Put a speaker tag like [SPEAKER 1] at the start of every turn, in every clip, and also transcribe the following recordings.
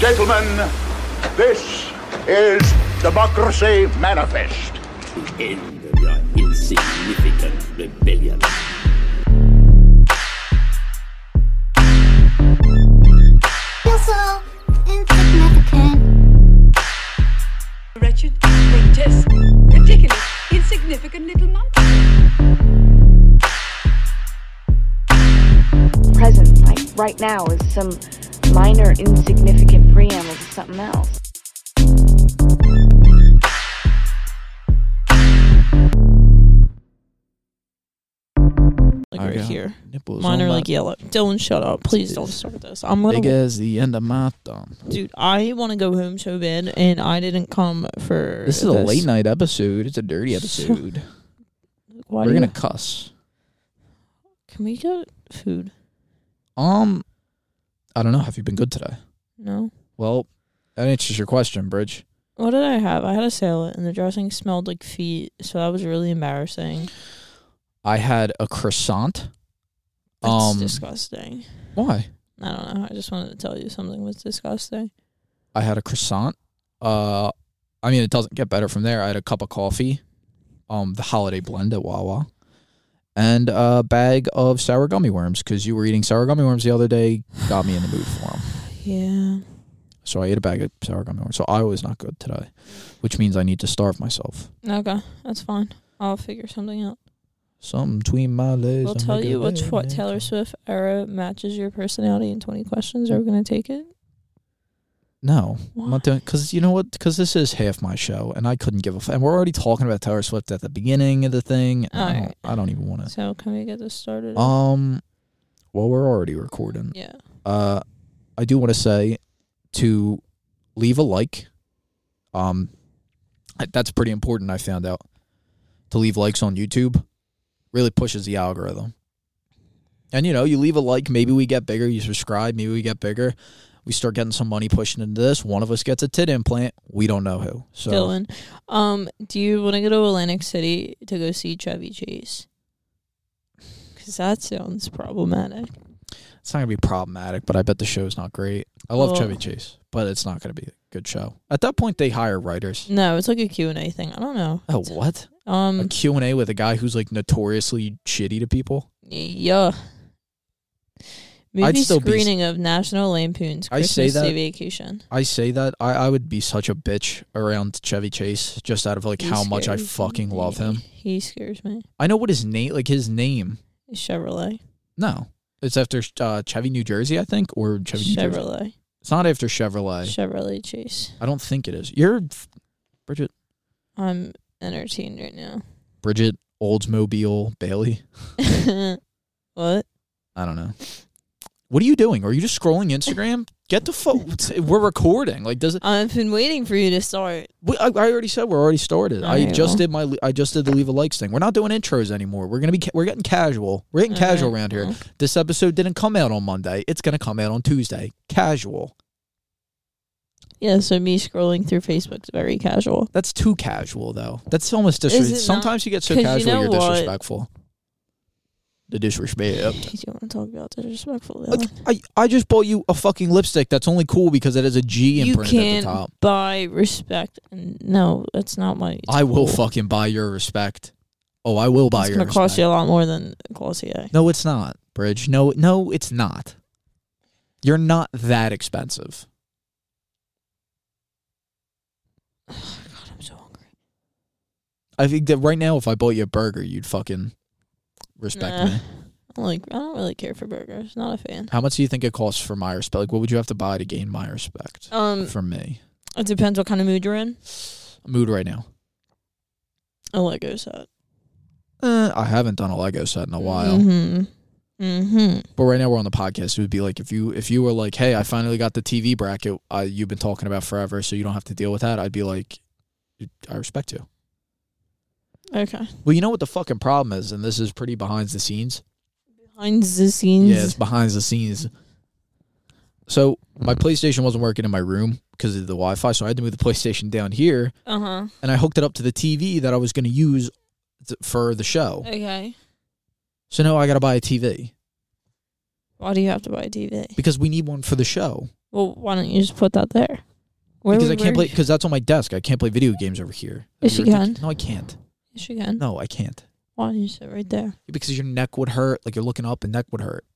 [SPEAKER 1] Gentlemen, this is Democracy Manifest.
[SPEAKER 2] The end of your insignificant rebellion.
[SPEAKER 3] You're so insignificant.
[SPEAKER 4] Wretched, grotesque, ridiculous, insignificant little monkey.
[SPEAKER 5] present, like right now, is some minor insignificant preamble to something else.
[SPEAKER 6] Like
[SPEAKER 7] All
[SPEAKER 6] right
[SPEAKER 7] right,
[SPEAKER 6] here.
[SPEAKER 7] Nipples
[SPEAKER 6] Mine
[SPEAKER 7] on
[SPEAKER 6] are
[SPEAKER 7] my-
[SPEAKER 6] like yellow. Dylan, shut up. Please don't start this. I'm gonna
[SPEAKER 7] Big as the end of my thumb.
[SPEAKER 6] dude, I wanna go home so bad and I didn't come for
[SPEAKER 7] This is a late night episode. It's a dirty episode.
[SPEAKER 6] Why
[SPEAKER 7] We're
[SPEAKER 6] do you-
[SPEAKER 7] gonna cuss.
[SPEAKER 6] Can we get food?
[SPEAKER 7] Um, I don't know. Have you been good today?
[SPEAKER 6] No.
[SPEAKER 7] Well, that answers your question, Bridge.
[SPEAKER 6] What did I have? I had a salad and the dressing smelled like feet, so that was really embarrassing.
[SPEAKER 7] I had a croissant.
[SPEAKER 6] That's
[SPEAKER 7] um,
[SPEAKER 6] disgusting.
[SPEAKER 7] why?
[SPEAKER 6] I don't know. I just wanted to tell you something was disgusting.
[SPEAKER 7] I had a croissant. Uh, I mean, it doesn't get better from there. I had a cup of coffee, um, the holiday blend at Wawa, and a bag of sour gummy worms because you were eating sour gummy worms the other day. Got me in the mood for them.
[SPEAKER 6] Yeah.
[SPEAKER 7] So I ate a bag of sour gummy worms. So I was not good today, which means I need to starve myself.
[SPEAKER 6] Okay, that's fine. I'll figure something out.
[SPEAKER 7] Something between my legs.
[SPEAKER 6] We'll
[SPEAKER 7] I'll
[SPEAKER 6] tell
[SPEAKER 7] make a
[SPEAKER 6] you which
[SPEAKER 7] way
[SPEAKER 6] what
[SPEAKER 7] to-
[SPEAKER 6] Taylor Swift era matches your personality in 20 questions. Are we going to take it?
[SPEAKER 7] No, I'm
[SPEAKER 6] Why?
[SPEAKER 7] not doing because you know what? Because this is half my show, and I couldn't give a. F- and we're already talking about Taylor Swift at the beginning of the thing. and I,
[SPEAKER 6] All
[SPEAKER 7] don't,
[SPEAKER 6] right.
[SPEAKER 7] I don't even want to.
[SPEAKER 6] So can we get this started?
[SPEAKER 7] Um, well, we're already recording.
[SPEAKER 6] yeah.
[SPEAKER 7] Uh, I do want to say to leave a like. Um, that- that's pretty important. I found out to leave likes on YouTube really pushes the algorithm. And you know, you leave a like, maybe we get bigger. You subscribe, maybe we get bigger. We start getting some money pushing into this. One of us gets a tit implant. We don't know who. So
[SPEAKER 6] Dylan, um, do you want to go to Atlantic City to go see Chevy Chase? Because that sounds problematic.
[SPEAKER 7] it's not gonna be problematic. But I bet the show's not great. I love
[SPEAKER 6] Well-
[SPEAKER 7] Chevy Chase, but it's not gonna be a good show. At that point, they hire writers.
[SPEAKER 6] No, it's like a Q&A thing. I don't know.
[SPEAKER 7] Oh, what? a
[SPEAKER 6] Um,
[SPEAKER 7] Q and A with a guy who's like notoriously shitty to people.
[SPEAKER 6] yeah. Movie
[SPEAKER 7] still be s-
[SPEAKER 6] screening of National Lampoon's
[SPEAKER 7] I
[SPEAKER 6] Christmas
[SPEAKER 7] say that-
[SPEAKER 6] Day Vacation.
[SPEAKER 7] I say that I, I would be such a bitch around Chevy Chase just out of like
[SPEAKER 6] He
[SPEAKER 7] how much I
[SPEAKER 6] scares
[SPEAKER 7] fucking
[SPEAKER 6] me.
[SPEAKER 7] love him.
[SPEAKER 6] He scares me.
[SPEAKER 7] I know what his name, like his name.
[SPEAKER 6] Chevrolet.
[SPEAKER 7] No, it's after uh, Chevy, New Jersey, I think, or Chevy, New Jersey.
[SPEAKER 6] Chevrolet.
[SPEAKER 7] It's not after Chevrolet.
[SPEAKER 6] Chevrolet Chase.
[SPEAKER 7] I don't think it is. You're Bridget,
[SPEAKER 6] I'm entertained right now.
[SPEAKER 7] Bridget Oldsmobile Bailey.
[SPEAKER 6] what?
[SPEAKER 7] I don't know. What are you doing? Are you just scrolling Instagram? Get the phone. We're recording. Like, does it?
[SPEAKER 6] I've been waiting for you to start.
[SPEAKER 7] We, I, I already said we're already started. I
[SPEAKER 6] Alright,
[SPEAKER 7] just
[SPEAKER 6] well.
[SPEAKER 7] did my I just did the leave a likes thing. We're not doing intros anymore. We're gonna be ca- we're getting casual. We're getting casual
[SPEAKER 6] Alright,
[SPEAKER 7] around here.
[SPEAKER 6] well.
[SPEAKER 7] This episode didn't come out on Monday. It's gonna come out on Tuesday. Casual.
[SPEAKER 6] Yeah, so me scrolling through Facebook's very casual.
[SPEAKER 7] That's too casual though. That's almost
[SPEAKER 6] Is it
[SPEAKER 7] disrespectful.
[SPEAKER 6] not?
[SPEAKER 7] Sometimes you get so
[SPEAKER 6] 'Cause you
[SPEAKER 7] casual
[SPEAKER 6] know
[SPEAKER 7] you're
[SPEAKER 6] what?
[SPEAKER 7] disrespectful. The disrespect.
[SPEAKER 6] Do you want to talk about disrespectful?
[SPEAKER 7] Like, I I just bought you a fucking lipstick that's only cool because it has a G
[SPEAKER 6] you
[SPEAKER 7] imprinted at
[SPEAKER 6] can't
[SPEAKER 7] the top.
[SPEAKER 6] buy respect. No, that's not my. it's
[SPEAKER 7] I will
[SPEAKER 6] cool.
[SPEAKER 7] fucking buy your respect. Oh, I will buy
[SPEAKER 6] It's
[SPEAKER 7] your
[SPEAKER 6] gonna
[SPEAKER 7] respect.
[SPEAKER 6] cost you a lot more than Glossier.
[SPEAKER 7] No, it's not, Bridge. No, no, it's not. You're not that expensive.
[SPEAKER 6] God, I'm so hungry.
[SPEAKER 7] I think that right now, if I bought you a burger, you'd fucking respect
[SPEAKER 6] Nah.
[SPEAKER 7] me.
[SPEAKER 6] I'm Like I don't really care for burgers. Not a fan.
[SPEAKER 7] How much do you think it costs for my respect? Like, what would you have to buy to gain my respect
[SPEAKER 6] Um,
[SPEAKER 7] from me?
[SPEAKER 6] it depends what kind of mood you're in.
[SPEAKER 7] Mood right now.
[SPEAKER 6] A Lego set.
[SPEAKER 7] Uh, I haven't done a Lego set in a while,
[SPEAKER 6] Mm-hmm. Mm-hmm.
[SPEAKER 7] but right now we're on the podcast. It would be like if you if you were like, "Hey, I finally got the TV bracket I, you've been talking about forever, so you don't have to deal with that." I'd be like, "I respect you."
[SPEAKER 6] Okay.
[SPEAKER 7] Well, you know what the fucking problem is, and this is pretty behind the scenes.
[SPEAKER 6] Behind the scenes.
[SPEAKER 7] Yeah, it's behind the scenes. So my PlayStation wasn't working in my room because of the Wi-Fi, so I had to move the PlayStation down here,
[SPEAKER 6] Uh huh.
[SPEAKER 7] and I hooked it up to the TV that I was going to use th- for the show.
[SPEAKER 6] Okay.
[SPEAKER 7] So now I got to buy a TV
[SPEAKER 6] Why do you have to buy a TV?
[SPEAKER 7] because we need one for the show.
[SPEAKER 6] Well, why don't you just put that there? Where
[SPEAKER 7] because I
[SPEAKER 6] would-
[SPEAKER 7] can't
[SPEAKER 6] where-
[SPEAKER 7] play. Because that's on my desk. I can't play video games over here.
[SPEAKER 6] Yes,
[SPEAKER 7] You're
[SPEAKER 6] you
[SPEAKER 7] thinking-
[SPEAKER 6] can.
[SPEAKER 7] No, I can't.
[SPEAKER 6] Yes, you can.
[SPEAKER 7] No, I can't.
[SPEAKER 6] Why don't you sit right there?
[SPEAKER 7] Because your neck would hurt. Like you're looking up, and neck would hurt.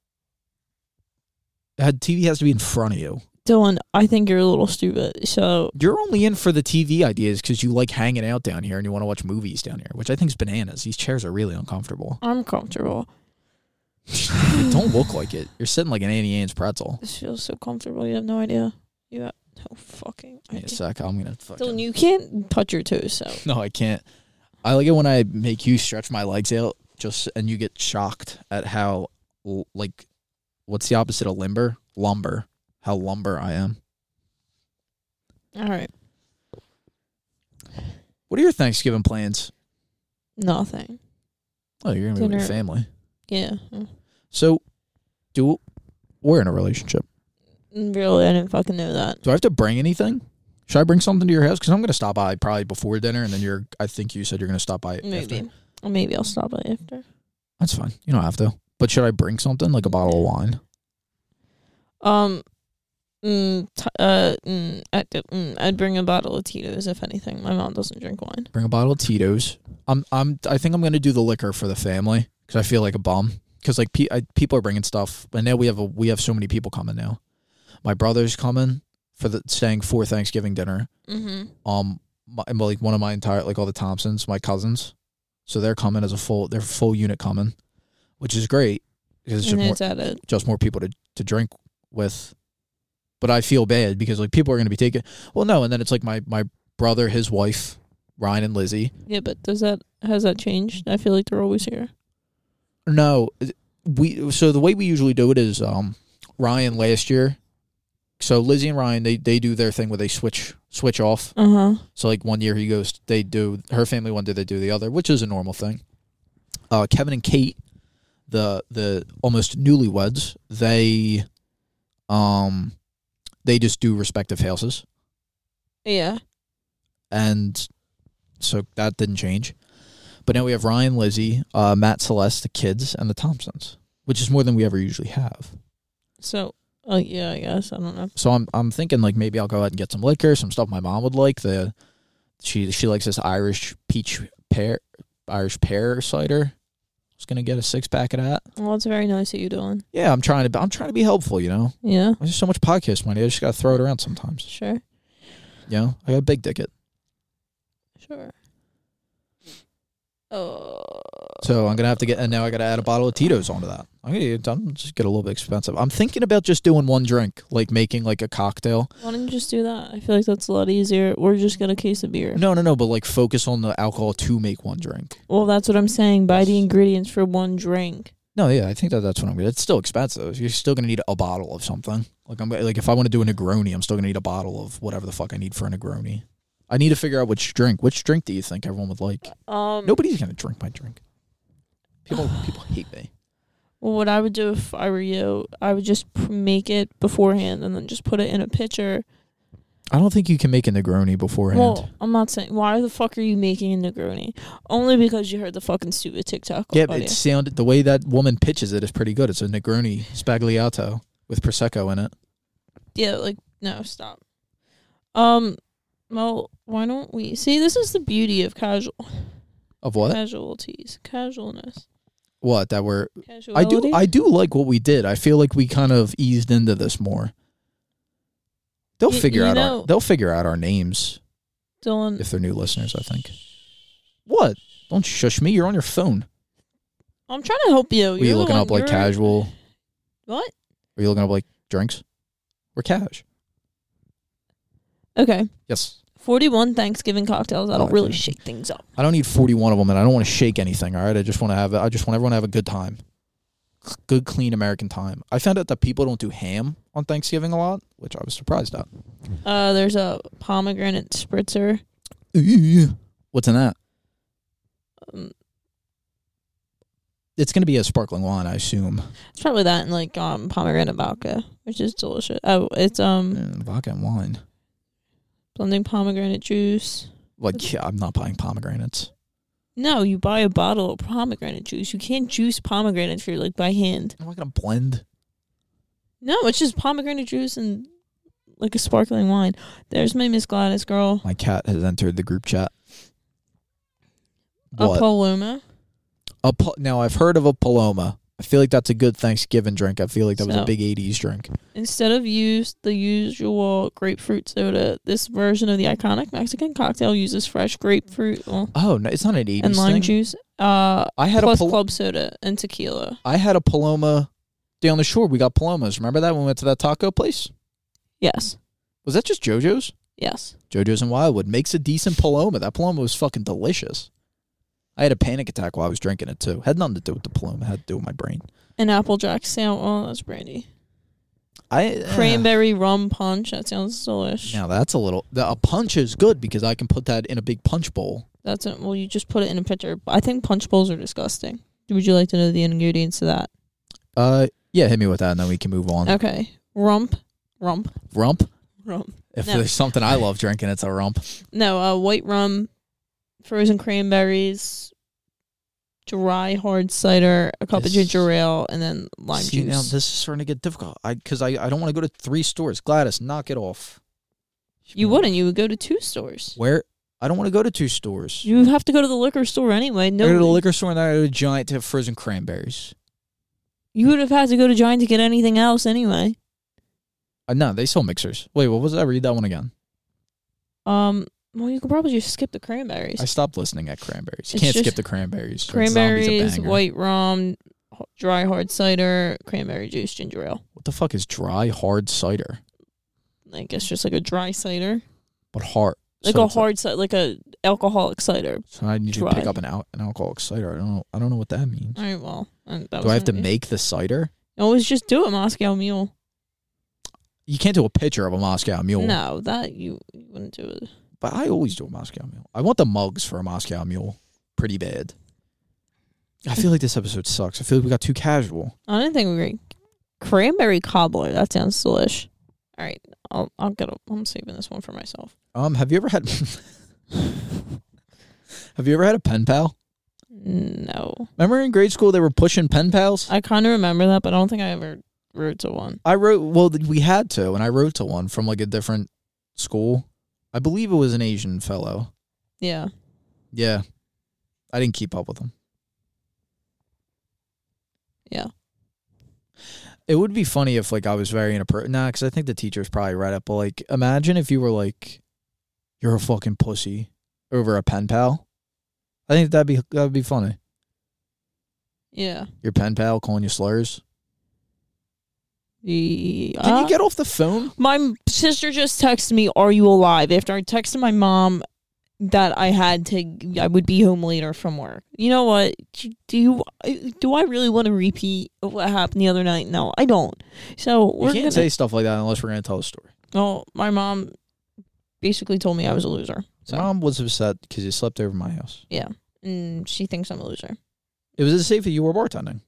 [SPEAKER 7] Uh, TV has to be in front of you.
[SPEAKER 6] Dylan, I think you're a little stupid. So
[SPEAKER 7] You're only in for the TV ideas because you like hanging out down here and you want to watch movies down here, which I think is bananas. These chairs are really uncomfortable.
[SPEAKER 6] I'm comfortable.
[SPEAKER 7] Don't look like it. You're sitting like an Annie Ann's pretzel.
[SPEAKER 6] This feels so comfortable. You have no idea. You have no fucking
[SPEAKER 7] Give me
[SPEAKER 6] idea.
[SPEAKER 7] a sec. I'm gonna
[SPEAKER 6] Dylan,
[SPEAKER 7] fucking.
[SPEAKER 6] you can't touch your toes. So
[SPEAKER 7] No, I can't. I like it when I make you stretch my legs out, just and you get shocked at how l- like what's the opposite of limber? Lumber. How lumber I am.
[SPEAKER 6] all right,
[SPEAKER 7] What are your Thanksgiving plans?
[SPEAKER 6] nothing.
[SPEAKER 7] Oh, you're gonna be with your
[SPEAKER 6] Dinner.
[SPEAKER 7] family.
[SPEAKER 6] Yeah, Mm.
[SPEAKER 7] So, do we're in a relationship?
[SPEAKER 6] really, I didn't fucking know that.
[SPEAKER 7] Do I have to bring anything? Should I bring something to your house? Because I'm gonna stop by probably before dinner, and then you're. I think you said you're gonna stop by.
[SPEAKER 6] Maybe,
[SPEAKER 7] After.
[SPEAKER 6] Or maybe I'll stop it after.
[SPEAKER 7] That's fine. You don't have to. But should I bring something like a bottle of wine?
[SPEAKER 6] Um, mm, t- uh, mm, I, mm, I'd bring a bottle of Tito's if anything. My mom doesn't drink wine.
[SPEAKER 7] Bring a bottle of Tito's. I'm. I'm. I think I'm gonna do the liquor for the family because I feel like a bum. Because like pe- I, people are bringing stuff, and now we have a we have so many people coming now. My brother's coming for the staying for Thanksgiving dinner.
[SPEAKER 6] Mm-hmm.
[SPEAKER 7] um my, my- like one of my entire like all the Thompsons, my cousins. So they're coming as a full they're full unit coming, which is great because it's just
[SPEAKER 6] And
[SPEAKER 7] more
[SPEAKER 6] it's at it.
[SPEAKER 7] just more people to to drink with. But I feel bad because like people are going to be taking well no, and then it's like my my brother, his wife, Ryan and Lizzie.
[SPEAKER 6] Yeah, but does that has that changed? I feel like they're always here.
[SPEAKER 7] No, we so the way we usually do it is um Ryan last year. So Lizzie and Ryan they they do their thing where they switch switch off
[SPEAKER 6] Uh huh.
[SPEAKER 7] So like one year he goes, they do her family one day, they do the other, which is a normal thing. Uh, Kevin and Kate, the the almost newlyweds, they, um, they just do respective houses,
[SPEAKER 6] Yeah.
[SPEAKER 7] and so that didn't change. But now we have Ryan, Lizzie, uh, Matt, Celeste, the kids, and the Thompsons, which is more than we ever usually have.
[SPEAKER 6] So, uh, yeah, I guess I don't know.
[SPEAKER 7] So I'm I'm thinking like maybe I'll go out and get some liquor, some stuff my mom would like. The she she likes this Irish peach pear Irish pear cider. I was gonna get a six pack of that.
[SPEAKER 6] Well, it's very nice of you, Dylan.
[SPEAKER 7] Yeah, I'm trying to I'm trying to be helpful, you know.
[SPEAKER 6] Yeah,
[SPEAKER 7] There's so much podcast money, I just gotta throw it around sometimes.
[SPEAKER 6] sure,
[SPEAKER 7] You know, I got a big ticket,
[SPEAKER 6] sure. Oh,
[SPEAKER 7] so I'm gonna have to get and now I gotta add a bottle of Tito's onto that. I'm gonna I'm just get a little bit expensive. I'm thinking about just doing one drink, like making like a cocktail.
[SPEAKER 6] why don't you just do that? I feel like that's a lot easier. Or just get a case of beer.
[SPEAKER 7] No, no, no, but like focus on the alcohol to make one drink.
[SPEAKER 6] Well, that's what I'm saying. Buy the ingredients for one drink.
[SPEAKER 7] No, yeah, I think that that's what I'm gonna. It's still expensive. You're still gonna need a bottle of something. Like I'm like if I want to do a Negroni, I'm still gonna need a bottle of whatever the fuck I need for a Negroni. I need to figure out which drink. Which drink do you think everyone would like?
[SPEAKER 6] Um,
[SPEAKER 7] Nobody's gonna drink my drink. People, people hate me.
[SPEAKER 6] Well, what I would do if I were you, I would just pr- make it beforehand and then just put it in a pitcher.
[SPEAKER 7] I don't think you can make a Negroni beforehand.
[SPEAKER 6] Well, oh, I'm not saying why the fuck are you making a Negroni? Only because you heard the fucking stupid TikTok.
[SPEAKER 7] yeah, but
[SPEAKER 6] audio.
[SPEAKER 7] it sounded the way that woman pitches it is pretty good. It's a Negroni spagliato with prosecco in it.
[SPEAKER 6] yeah, like no, stop. Um, well, why don't we see? This is the beauty of casual
[SPEAKER 7] Of what?
[SPEAKER 6] casualties, casualness,
[SPEAKER 7] What that we're I
[SPEAKER 6] casuality.
[SPEAKER 7] do I do like what we did. I feel like we kind of eased into this more. They'll
[SPEAKER 6] Y-
[SPEAKER 7] figure
[SPEAKER 6] you
[SPEAKER 7] out
[SPEAKER 6] know-
[SPEAKER 7] our they'll figure out our names
[SPEAKER 6] Dylan.
[SPEAKER 7] if they're new listeners, I think. What? Don't shush me. You're on your phone.
[SPEAKER 6] I'm trying to help you.
[SPEAKER 7] Were you
[SPEAKER 6] You're the
[SPEAKER 7] looking
[SPEAKER 6] one-
[SPEAKER 7] up like
[SPEAKER 6] you're-
[SPEAKER 7] casual?
[SPEAKER 6] What?
[SPEAKER 7] Were you looking up like drinks? We're cash.
[SPEAKER 6] Okay,
[SPEAKER 7] Yes.
[SPEAKER 6] 41 Thanksgiving cocktails. That'll
[SPEAKER 7] Oh,
[SPEAKER 6] really
[SPEAKER 7] okay.
[SPEAKER 6] shake things up.
[SPEAKER 7] I don't need 41 of them and I don't want to shake anything, all right? I just want to have I just want everyone to have a good time. C- Good clean American time. I found out that people don't do ham on Thanksgiving a lot, which I was surprised at.
[SPEAKER 6] Uh, there's a pomegranate spritzer.
[SPEAKER 7] Ooh. What's in that?
[SPEAKER 6] Um,
[SPEAKER 7] It's going to be a sparkling wine, I assume.
[SPEAKER 6] it's probably that and like um pomegranate vodka, which is delicious. Oh, it's um
[SPEAKER 7] Mm, vodka and wine.
[SPEAKER 6] blending pomegranate juice.
[SPEAKER 7] Like, yeah, I'm not buying pomegranates.
[SPEAKER 6] No, you buy a bottle of pomegranate juice. You can't juice pomegranates for like by hand.
[SPEAKER 7] I'm not going to blend.
[SPEAKER 6] No, it's just pomegranate juice and like a sparkling wine. There's my Miss Gladys girl,
[SPEAKER 7] My cat has entered the group chat.
[SPEAKER 6] a
[SPEAKER 7] What?
[SPEAKER 6] Paloma.
[SPEAKER 7] A pal- now I've heard of a Paloma. I feel like that's a good Thanksgiving drink. I feel like that was
[SPEAKER 6] So-
[SPEAKER 7] a big '80s drink.
[SPEAKER 6] Instead of use the usual grapefruit soda, this version of the iconic Mexican cocktail uses fresh grapefruit well,
[SPEAKER 7] Oh, no, it's not an '80s
[SPEAKER 6] and lime
[SPEAKER 7] thing.
[SPEAKER 6] juice, uh,
[SPEAKER 7] I had
[SPEAKER 6] plus
[SPEAKER 7] a Pal-
[SPEAKER 6] club soda and tequila.
[SPEAKER 7] I had a Paloma down the shore. We got Palomas. Remember that when we went to that taco place?
[SPEAKER 6] Yes,
[SPEAKER 7] Was that just JoJo's?
[SPEAKER 6] yes.
[SPEAKER 7] JoJo's in Wildwood makes a decent Paloma. That Paloma was fucking delicious. I had a panic attack while I was drinking it too. Had nothing to do with the Paloma. Had to do with my brain.
[SPEAKER 6] An applejack sound. Oh, that's brandy.
[SPEAKER 7] I uh,
[SPEAKER 6] Cranberry rum punch. That sounds delish.
[SPEAKER 7] Now that's a little. the- A punch is good because I can put that in a big punch bowl.
[SPEAKER 6] That's it. Well, you just put it in a pitcher. I think punch bowls are disgusting. Would you like to know the ingredients to that?
[SPEAKER 7] Uh, yeah, hit me with that, and then we can move on.
[SPEAKER 6] Okay. Rump. Rump.
[SPEAKER 7] Rump.
[SPEAKER 6] Rump.
[SPEAKER 7] If
[SPEAKER 6] No.
[SPEAKER 7] there's something I love drinking, it's a rump.
[SPEAKER 6] No, uh, white rum, frozen cranberries, dry hard cider, a cup
[SPEAKER 7] This-
[SPEAKER 6] of ginger ale, and then lime
[SPEAKER 7] See,
[SPEAKER 6] juice.
[SPEAKER 7] now this is starting to get difficult. I because I, I don't want to go to three stores. Gladys, knock it off.
[SPEAKER 6] you wouldn't. You would go to two stores.
[SPEAKER 7] Where? I don't want to go to two stores.
[SPEAKER 6] You would have to go to the liquor store anyway.
[SPEAKER 7] I go to the
[SPEAKER 6] No,
[SPEAKER 7] liquor store and I go to Giant to have frozen cranberries.
[SPEAKER 6] you would have had to go to Giant to get anything else anyway.
[SPEAKER 7] Uh, no, they sell mixers. Wait, what was that? Read that one again.
[SPEAKER 6] Um. Well, you could probably just skip the cranberries.
[SPEAKER 7] I stopped listening at cranberries. You
[SPEAKER 6] It's
[SPEAKER 7] can't skip
[SPEAKER 6] just-
[SPEAKER 7] the cranberries. Zombie's
[SPEAKER 6] cranberries,
[SPEAKER 7] a banger.
[SPEAKER 6] white rum, h- dry hard cider, cranberry juice, ginger ale.
[SPEAKER 7] What the fuck is dry hard cider?
[SPEAKER 6] I guess just like a dry cider,
[SPEAKER 7] But hard.
[SPEAKER 6] like
[SPEAKER 7] so
[SPEAKER 6] a
[SPEAKER 7] it's
[SPEAKER 6] hard cider, like a alcoholic cider.
[SPEAKER 7] so I need to pick
[SPEAKER 6] dry.
[SPEAKER 7] up an, al- an alcoholic cider. I don't know. I don't know what that means.
[SPEAKER 6] All right, well, um, that
[SPEAKER 7] Do
[SPEAKER 6] was
[SPEAKER 7] I have
[SPEAKER 6] an
[SPEAKER 7] to
[SPEAKER 6] idea.
[SPEAKER 7] make the cider?
[SPEAKER 6] Always just do it, Moscow Mule.
[SPEAKER 7] You can't do a pitcher of a Moscow Mule.
[SPEAKER 6] No, that you, you wouldn't do it.
[SPEAKER 7] But I always do a Moscow Mule. I want the mugs for a Moscow Mule pretty bad. I feel like this episode sucks. I feel like we got too casual.
[SPEAKER 6] I didn't think we were cranberry cobbler. That sounds delish. All right, I'll I'll get a, I'm saving this one for myself.
[SPEAKER 7] Um, have you ever had? have you ever had a pen pal?
[SPEAKER 6] No,
[SPEAKER 7] Remember in grade school they were pushing pen pals.
[SPEAKER 6] I kind of remember that, but I don't think I ever wrote to one.
[SPEAKER 7] I wrote well th- we had to and I wrote to one from like a different school. I believe it was an Asian fellow.
[SPEAKER 6] Yeah.
[SPEAKER 7] Yeah. I didn't keep up with him.
[SPEAKER 6] Yeah.
[SPEAKER 7] It would be funny if like I was very inappropriate. Nah, cuz I think the teacher's probably right up but like imagine if you were like you're a fucking pussy over a pen pal. I think that'd be that'd be funny.
[SPEAKER 6] Yeah.
[SPEAKER 7] Your pen pal calling you slurs.
[SPEAKER 6] The,
[SPEAKER 7] Can
[SPEAKER 6] uh,
[SPEAKER 7] you get off the phone?
[SPEAKER 6] my m- sister just texted me, "Are you alive?" After I texted my mom that I had to, I would be home later from work. You know what? Do you do I really want to repeat what happened the other night? No, I don't. So
[SPEAKER 7] We
[SPEAKER 6] we're
[SPEAKER 7] can't
[SPEAKER 6] gonna.
[SPEAKER 7] say stuff like that unless we're going to tell a story.
[SPEAKER 6] well, my mom basically told me I was a loser. So
[SPEAKER 7] Mom was upset because you slept over my house.
[SPEAKER 6] yeah, and she thinks I'm a loser.
[SPEAKER 7] It was as safe that you were bartending.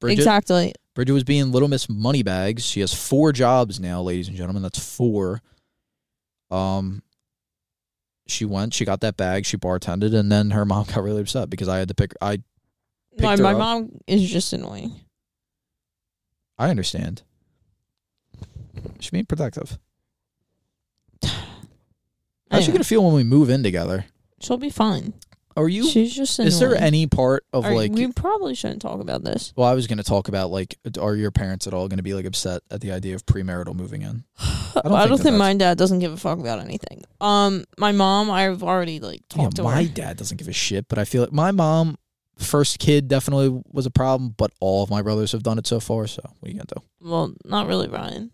[SPEAKER 7] Bridget,
[SPEAKER 6] Exactly.
[SPEAKER 7] Bridget was being Little Miss Moneybags. She has four jobs now, ladies and gentlemen. That's four. Um, she went. She got that bag. She bartended, and then her mom got really upset because I had to pick. I
[SPEAKER 6] My,
[SPEAKER 7] Picked her
[SPEAKER 6] my
[SPEAKER 7] up.
[SPEAKER 6] mom is just annoying.
[SPEAKER 7] I understand. She's being protective. How's she
[SPEAKER 6] Anyway,
[SPEAKER 7] gonna feel when we move in together?
[SPEAKER 6] she'll be fine.
[SPEAKER 7] Are you?
[SPEAKER 6] She's just annoying.
[SPEAKER 7] is there any part of
[SPEAKER 6] All right,
[SPEAKER 7] like?
[SPEAKER 6] we probably shouldn't talk about this.
[SPEAKER 7] well, I was gonna talk about like, are your parents at all gonna be like upset at the idea of premarital moving in?
[SPEAKER 6] I don't,
[SPEAKER 7] think
[SPEAKER 6] think,
[SPEAKER 7] that that's-
[SPEAKER 6] my dad doesn't give a fuck about anything. Um, my mom, I've already like
[SPEAKER 7] Yeah,
[SPEAKER 6] talked to
[SPEAKER 7] my
[SPEAKER 6] her.
[SPEAKER 7] dad doesn't give a shit, but I feel like my mom, first kid, definitely was a problem, but all of my brothers have done it so far. So what are you gonna do?
[SPEAKER 6] Well, not really Ryan.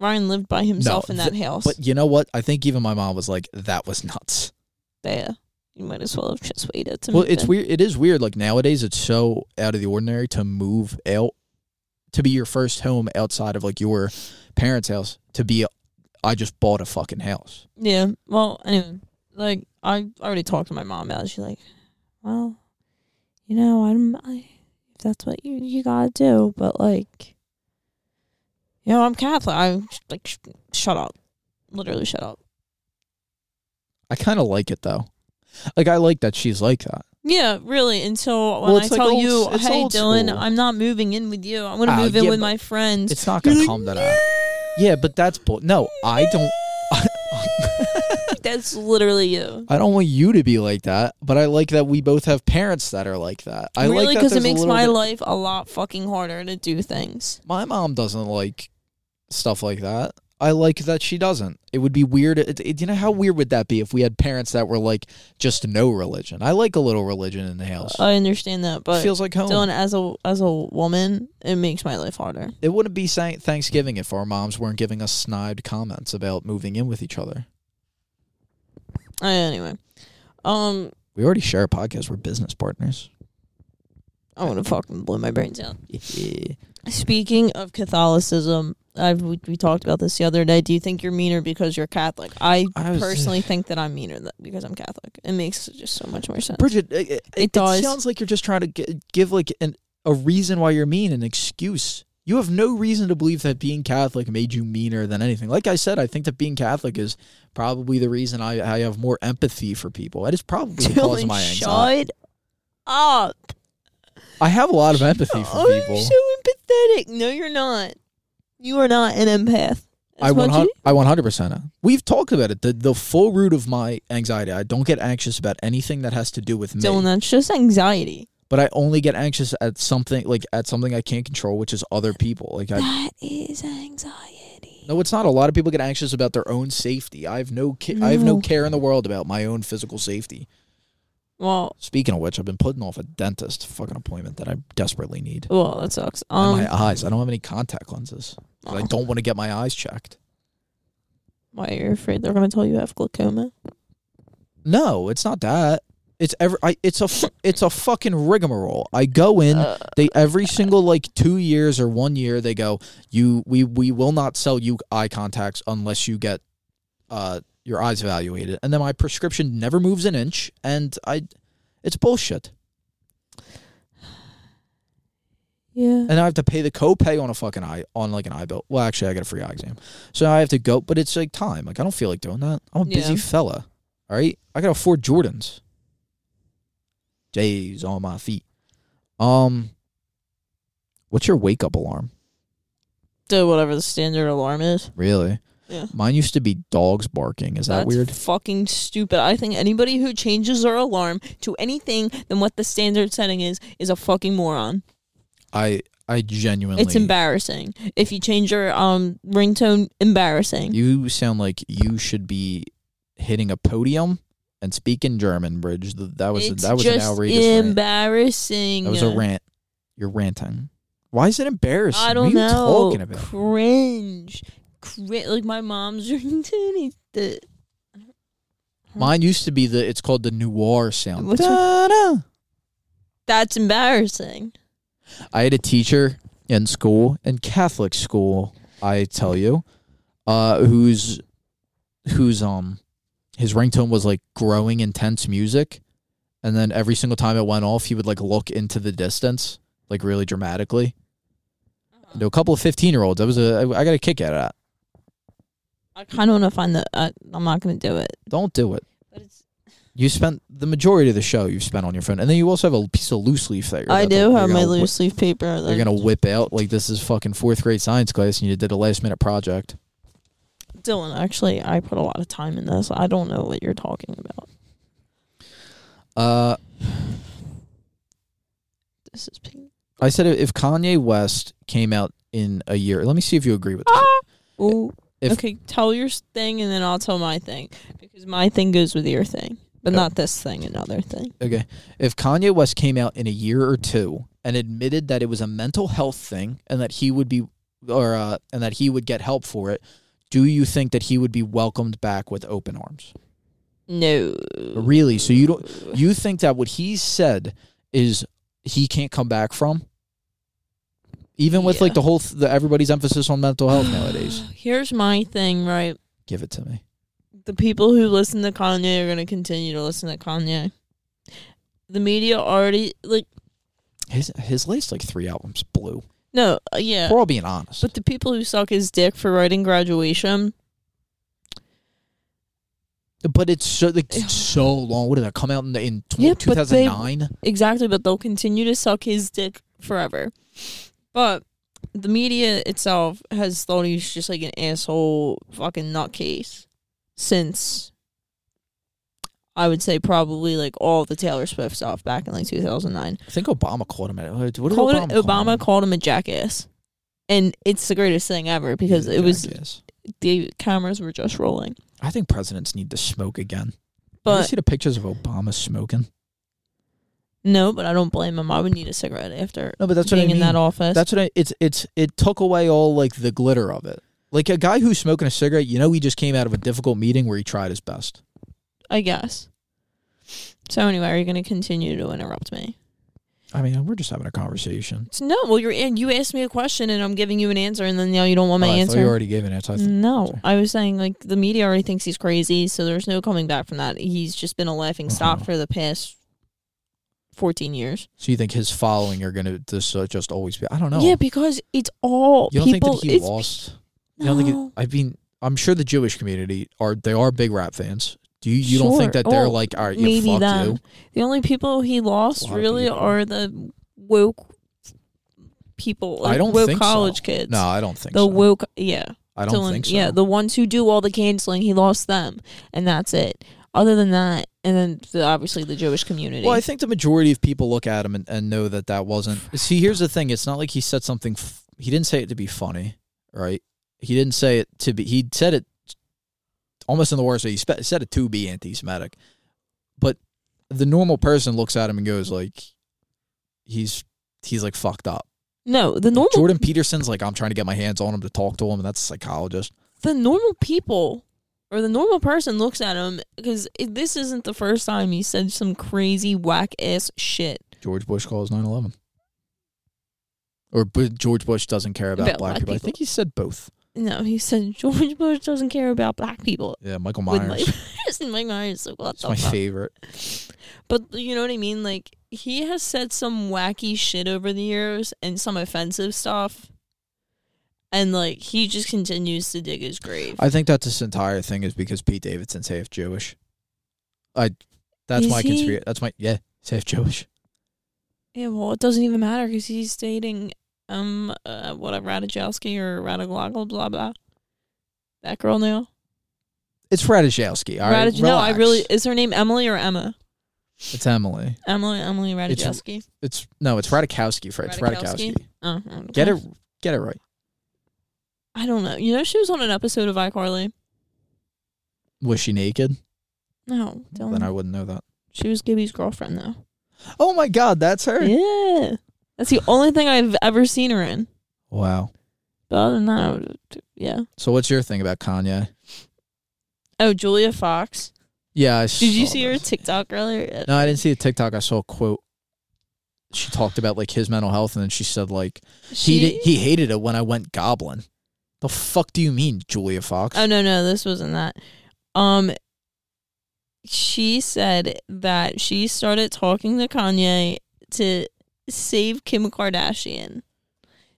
[SPEAKER 6] Ryan lived by himself in that house.
[SPEAKER 7] But you know what? I think even my mom was like, "That was nuts."
[SPEAKER 6] there, you might as well have just waited. To
[SPEAKER 7] Well,
[SPEAKER 6] move
[SPEAKER 7] it's
[SPEAKER 6] in.
[SPEAKER 7] weird. It is weird. Like nowadays, it's so out of the ordinary to move out, to be your first home outside of like your parents' house. To be, a, I just bought a fucking house.
[SPEAKER 6] Yeah. Well, anyway, like I already talked to my mom about. it. She's like, well, you know, I'm. I, if that's what you you gotta do, but like, you know, I'm Catholic. I'm sh- like, sh- shut up, literally shut up.
[SPEAKER 7] I kind of like it though. Like I like that she's like that.
[SPEAKER 6] Yeah, really. Until when
[SPEAKER 7] Well,
[SPEAKER 6] I
[SPEAKER 7] it's like
[SPEAKER 6] tell
[SPEAKER 7] old-
[SPEAKER 6] you,
[SPEAKER 7] it's
[SPEAKER 6] hey,
[SPEAKER 7] old
[SPEAKER 6] Dylan,
[SPEAKER 7] school."
[SPEAKER 6] I'm not moving in with you. I'm going to
[SPEAKER 7] Ah,
[SPEAKER 6] move in
[SPEAKER 7] yeah,
[SPEAKER 6] with
[SPEAKER 7] but
[SPEAKER 6] my friends.
[SPEAKER 7] It's not gonna
[SPEAKER 6] You're like,
[SPEAKER 7] come to that. Yeah, but that's bull. No, I don't.
[SPEAKER 6] That's literally you.
[SPEAKER 7] I don't want you to be like that, but I like that we both have parents that are like that. I
[SPEAKER 6] really,
[SPEAKER 7] like that
[SPEAKER 6] because it
[SPEAKER 7] there's a
[SPEAKER 6] makes
[SPEAKER 7] little
[SPEAKER 6] my
[SPEAKER 7] bit-
[SPEAKER 6] life a lot fucking harder to do things.
[SPEAKER 7] My mom doesn't like stuff like that. I like that she doesn't. It would be weird. It, it- you know how weird would that be if we had parents that were like just no religion? I like a little religion in the house.
[SPEAKER 6] I understand that, but
[SPEAKER 7] Feels like home.
[SPEAKER 6] Dylan, as a as a woman, it makes my life harder.
[SPEAKER 7] it wouldn't be sa- Thanksgiving if our moms weren't giving us snide comments about moving in with each other.
[SPEAKER 6] Uh, anyway, um,
[SPEAKER 7] We already share a podcast. We're business partners.
[SPEAKER 6] I want to fucking blow my brains out. Speaking of Catholicism, I've we, we talked about this the other day. Do you think you're meaner because you're Catholic? I,
[SPEAKER 7] I was-
[SPEAKER 6] personally think that I'm meaner th- because I'm Catholic. It makes just so much more sense.
[SPEAKER 7] Bridget, it, it, it
[SPEAKER 6] does.
[SPEAKER 7] sounds like you're just trying to g- give like an, a reason why you're mean, an excuse. You have no reason to believe that being Catholic made you meaner than anything. Like I said, I think that being Catholic is probably the reason I, I have more empathy for people. It is probably the cause
[SPEAKER 6] Dylan,
[SPEAKER 7] of my anxiety.
[SPEAKER 6] shut up.
[SPEAKER 7] I have a lot of empathy for
[SPEAKER 6] Oh,
[SPEAKER 7] people.
[SPEAKER 6] you're so empathetic. No, you're not. You are not an empath.
[SPEAKER 7] I
[SPEAKER 6] That's what
[SPEAKER 7] one
[SPEAKER 6] you-
[SPEAKER 7] hundred. I one hundred percent. We've talked about it. The the full root of my anxiety. I don't get anxious about anything that has to do with me.
[SPEAKER 6] Dylan, uh that's just anxiety.
[SPEAKER 7] but I only get anxious at something like at something I can't control, which is other people. Like I
[SPEAKER 6] That is anxiety.
[SPEAKER 7] no, it's not. A lot of people get anxious about their own safety. I have no, ca- I have no
[SPEAKER 6] No.
[SPEAKER 7] care in the world about my own physical safety.
[SPEAKER 6] Well,
[SPEAKER 7] Speaking of which, I've been putting off a dentist fucking appointment that I desperately need.
[SPEAKER 6] well, that sucks.
[SPEAKER 7] And
[SPEAKER 6] Um,
[SPEAKER 7] my eyes. I don't have any contact lenses. 'cause I
[SPEAKER 6] Oh.
[SPEAKER 7] don't want to get my eyes checked.
[SPEAKER 6] why are you afraid they're going to tell you you have glaucoma?
[SPEAKER 7] No, it's not that. It's every. I, it's a. f- It's a fucking rigmarole. I go in. They every single like two years or one year they go. You we we will not sell you eye contacts unless you get, uh, your eyes evaluated. And then my prescription never moves an inch. And I, it's bullshit.
[SPEAKER 6] Yeah.
[SPEAKER 7] And I have to pay the copay on a fucking eye on like an eye bill. Well, actually, I got a free eye exam, so I have to go. But it's like time. Like I don't feel like doing that. I'm a busy
[SPEAKER 6] Yeah.
[SPEAKER 7] fella. All right, I got four Jordans. J's on my feet. Um, what's your wake up alarm?
[SPEAKER 6] Do whatever the standard alarm is.
[SPEAKER 7] Really?
[SPEAKER 6] Yeah.
[SPEAKER 7] Mine used to be dogs barking. Is that
[SPEAKER 6] That's
[SPEAKER 7] weird?
[SPEAKER 6] fucking stupid. I think anybody who changes their alarm to anything than what the standard setting is is a fucking moron.
[SPEAKER 7] I I genuinely.
[SPEAKER 6] It's embarrassing. If you change your um ringtone, embarrassing.
[SPEAKER 7] You sound like you should be hitting a podium and speaking German. Bridge. Th- That was
[SPEAKER 6] it's
[SPEAKER 7] that was an
[SPEAKER 6] just
[SPEAKER 7] outrageous. rant.
[SPEAKER 6] embarrassing.
[SPEAKER 7] That was a rant. You're ranting. Why is it embarrassing?
[SPEAKER 6] I don't
[SPEAKER 7] what are you
[SPEAKER 6] know.
[SPEAKER 7] talking about?
[SPEAKER 6] Cringe. Cri- like my mom's ringtone. is the-
[SPEAKER 7] Mine used to be the. It's called the noir sound.
[SPEAKER 6] What's your-
[SPEAKER 7] Da-da.
[SPEAKER 6] That's embarrassing.
[SPEAKER 7] I had a teacher in school, in Catholic school, I tell you, uh, whose whose um his ringtone was like growing intense music, and then every single time it went off, he would like look into the distance, like really dramatically.
[SPEAKER 6] Uh-huh.
[SPEAKER 7] To a couple of fifteen year olds, I was a I, I got a kick out of that.
[SPEAKER 6] I kind of want to find the. I, I'm not going to do it.
[SPEAKER 7] Don't do it.
[SPEAKER 6] But it's.
[SPEAKER 7] You spent the majority of the show you've spent on your phone, and then you also have a piece of loose leaf that you're
[SPEAKER 6] I
[SPEAKER 7] about to-
[SPEAKER 6] do
[SPEAKER 7] you're
[SPEAKER 6] have my
[SPEAKER 7] gonna whi-
[SPEAKER 6] loose leaf paper.
[SPEAKER 7] You're
[SPEAKER 6] That
[SPEAKER 7] gonna whip out like this is fucking fourth grade science class, and you did a last minute project.
[SPEAKER 6] Dylan, actually, I put a lot of time in this. I don't know what you're talking about.
[SPEAKER 7] Uh,
[SPEAKER 6] This is pink.
[SPEAKER 7] I said if Kanye West came out in a year, let me see if you agree with this.
[SPEAKER 6] Ah! Ooh.
[SPEAKER 7] If-
[SPEAKER 6] okay, tell your thing and then I'll tell my thing because my thing goes with your thing, but
[SPEAKER 7] Okay.
[SPEAKER 6] not this thing. Another thing.
[SPEAKER 7] Okay, if Kanye West came out in a year or two and admitted that it was a mental health thing and that he would be, or uh, and that he would get help for it, do you think that he would be welcomed back with open arms?
[SPEAKER 6] No.
[SPEAKER 7] Really? So you don't you think that what he said is he can't come back from? Even with like
[SPEAKER 6] Yeah.
[SPEAKER 7] the whole th- the, everybody's emphasis on mental health nowadays.
[SPEAKER 6] Here's my thing, right?
[SPEAKER 7] Give it to me.
[SPEAKER 6] The people who listen to Kanye are going to continue to listen to Kanye. The media already like
[SPEAKER 7] His his latest like three albums blew.
[SPEAKER 6] no, uh, yeah.
[SPEAKER 7] We're all being honest.
[SPEAKER 6] But the people who suck his dick for writing graduation,
[SPEAKER 7] But it's so like it's so long. What did that come out in, the- in
[SPEAKER 6] Yeah,
[SPEAKER 7] two
[SPEAKER 6] but
[SPEAKER 7] thousand
[SPEAKER 6] they-
[SPEAKER 7] nine?
[SPEAKER 6] Exactly, but they'll continue to suck his dick forever. But the media itself has thought he's just like an asshole fucking nutcase since I would say probably like all the Taylor Swift stuff back in like 2009.
[SPEAKER 7] I think Obama called him. at- What did
[SPEAKER 6] Called-
[SPEAKER 7] Obama,
[SPEAKER 6] Obama,
[SPEAKER 7] call him?
[SPEAKER 6] called him a jackass. And it's the greatest thing ever because it was
[SPEAKER 7] Jackass.
[SPEAKER 6] the cameras were just rolling.
[SPEAKER 7] I think presidents need to smoke again. you
[SPEAKER 6] But
[SPEAKER 7] see the pictures of Obama smoking?
[SPEAKER 6] no, but I don't blame him. I would need a cigarette after
[SPEAKER 7] No, but that's
[SPEAKER 6] being
[SPEAKER 7] what I mean.
[SPEAKER 6] in that office.
[SPEAKER 7] That's what I. It's it's it took away all like the glitter of it. Like a guy who's smoking a cigarette, you know, he just came out of a difficult meeting where he tried his best.
[SPEAKER 6] I guess. So anyway, are you going to continue to interrupt me?
[SPEAKER 7] I mean, we're just having a conversation.
[SPEAKER 6] It's- No, well, you're in. You asked me a question, and I'm giving you an answer, and then now you don't want my
[SPEAKER 7] Oh, I thought
[SPEAKER 6] answer.
[SPEAKER 7] you already gave an answer. I th-
[SPEAKER 6] no, I was saying like the media already thinks he's crazy, so there's no coming back from that. He's just been a laughing stock
[SPEAKER 7] Uh-huh.
[SPEAKER 6] for the past fourteen years.
[SPEAKER 7] So you think his following are going to just, uh, just always be? I don't know.
[SPEAKER 6] Yeah, because it's all
[SPEAKER 7] you don't
[SPEAKER 6] people.
[SPEAKER 7] think that he
[SPEAKER 6] it's-
[SPEAKER 7] lost? You don't think?
[SPEAKER 6] No.
[SPEAKER 7] It, I mean, I'm sure the Jewish community are they are big rap fans. Do you you don't think
[SPEAKER 6] Sure.
[SPEAKER 7] that they're
[SPEAKER 6] Oh,
[SPEAKER 7] like all right? You
[SPEAKER 6] Maybe
[SPEAKER 7] fuck
[SPEAKER 6] them.
[SPEAKER 7] you.
[SPEAKER 6] The only people he lost
[SPEAKER 7] lot of
[SPEAKER 6] really
[SPEAKER 7] people.
[SPEAKER 6] are the woke people. Like
[SPEAKER 7] I don't
[SPEAKER 6] woke
[SPEAKER 7] think so.
[SPEAKER 6] college kids.
[SPEAKER 7] No, I don't think
[SPEAKER 6] the
[SPEAKER 7] so.
[SPEAKER 6] woke. Yeah.
[SPEAKER 7] I don't
[SPEAKER 6] So when-
[SPEAKER 7] think so.
[SPEAKER 6] Yeah, the ones who do all the canceling, he lost them, and that's it. Other than that, and then the, obviously the Jewish community.
[SPEAKER 7] Well, I think the majority of people look at him and, and know that that wasn't. See, here's the thing: it's not like he said something. F- he didn't say it to be funny, right? He didn't say it to be. He said it almost in the worst way. He spe- said it to be anti-Semitic, but the normal person looks at him and goes like, "He's he's like fucked up."
[SPEAKER 6] no, the normal
[SPEAKER 7] Jordan Peterson's like, "I'm trying to get my hands on him to talk to him," and that's a psychologist.
[SPEAKER 6] the normal people or the normal person looks at him because this isn't the first time he said some crazy whack ass shit
[SPEAKER 7] George Bush calls 9/11. Or but George Bush doesn't care about, black people. I think he said both.
[SPEAKER 6] No, he said George Bush doesn't care about black people.
[SPEAKER 7] Yeah, Michael
[SPEAKER 6] With
[SPEAKER 7] Myers.
[SPEAKER 6] Mike Myers, Mike Myers, like, what
[SPEAKER 7] It's
[SPEAKER 6] the
[SPEAKER 7] my
[SPEAKER 6] fuck?
[SPEAKER 7] favorite.
[SPEAKER 6] But you know what I mean? Like he has said some wacky shit over the years and some offensive stuff. And like he just continues to dig his grave.
[SPEAKER 7] I think that's this entire thing is because Pete Davidson's half Jewish. I that's
[SPEAKER 6] Is
[SPEAKER 7] my
[SPEAKER 6] he?
[SPEAKER 7] conspiracy. That's my yeah. He's half Jewish.
[SPEAKER 6] yeah, well, it doesn't even matter because he's dating um uh, what a Radajowski or Radaglogl blah blah. That girl now.
[SPEAKER 7] It's Radajowski. All right,
[SPEAKER 6] Radaj- no, I
[SPEAKER 7] relax.
[SPEAKER 6] really is her name Emily or Emma?
[SPEAKER 7] It's Emily.
[SPEAKER 6] Emily Emily Radajowski.
[SPEAKER 7] It's no. It's Radikowski. Fred. It's Radikowski.
[SPEAKER 6] Oh, okay.
[SPEAKER 7] Get it. Get it right.
[SPEAKER 6] I don't know. You know she was on an episode of iCarly.
[SPEAKER 7] Was she naked?
[SPEAKER 6] No, don't.
[SPEAKER 7] Then I wouldn't know that.
[SPEAKER 6] she was Gibby's girlfriend though.
[SPEAKER 7] Oh my God, that's her.
[SPEAKER 6] Yeah. That's the only thing I've ever seen her in.
[SPEAKER 7] Wow.
[SPEAKER 6] But other than that, I would- yeah.
[SPEAKER 7] So what's your thing about Kanye?
[SPEAKER 6] Oh, Julia Fox.
[SPEAKER 7] Yeah. I
[SPEAKER 6] Did you
[SPEAKER 7] saw
[SPEAKER 6] see her
[SPEAKER 7] this.
[SPEAKER 6] TikTok earlier?
[SPEAKER 7] Oh, No, I didn't see a TikTok. I saw a quote. She talked about like his mental health, and then she said like
[SPEAKER 6] She-
[SPEAKER 7] he did, he hated it when I went goblin. The fuck do you mean, Julia Fox?
[SPEAKER 6] Oh no, no, this wasn't that. Um, she said that she started talking to Kanye to save Kim Kardashian,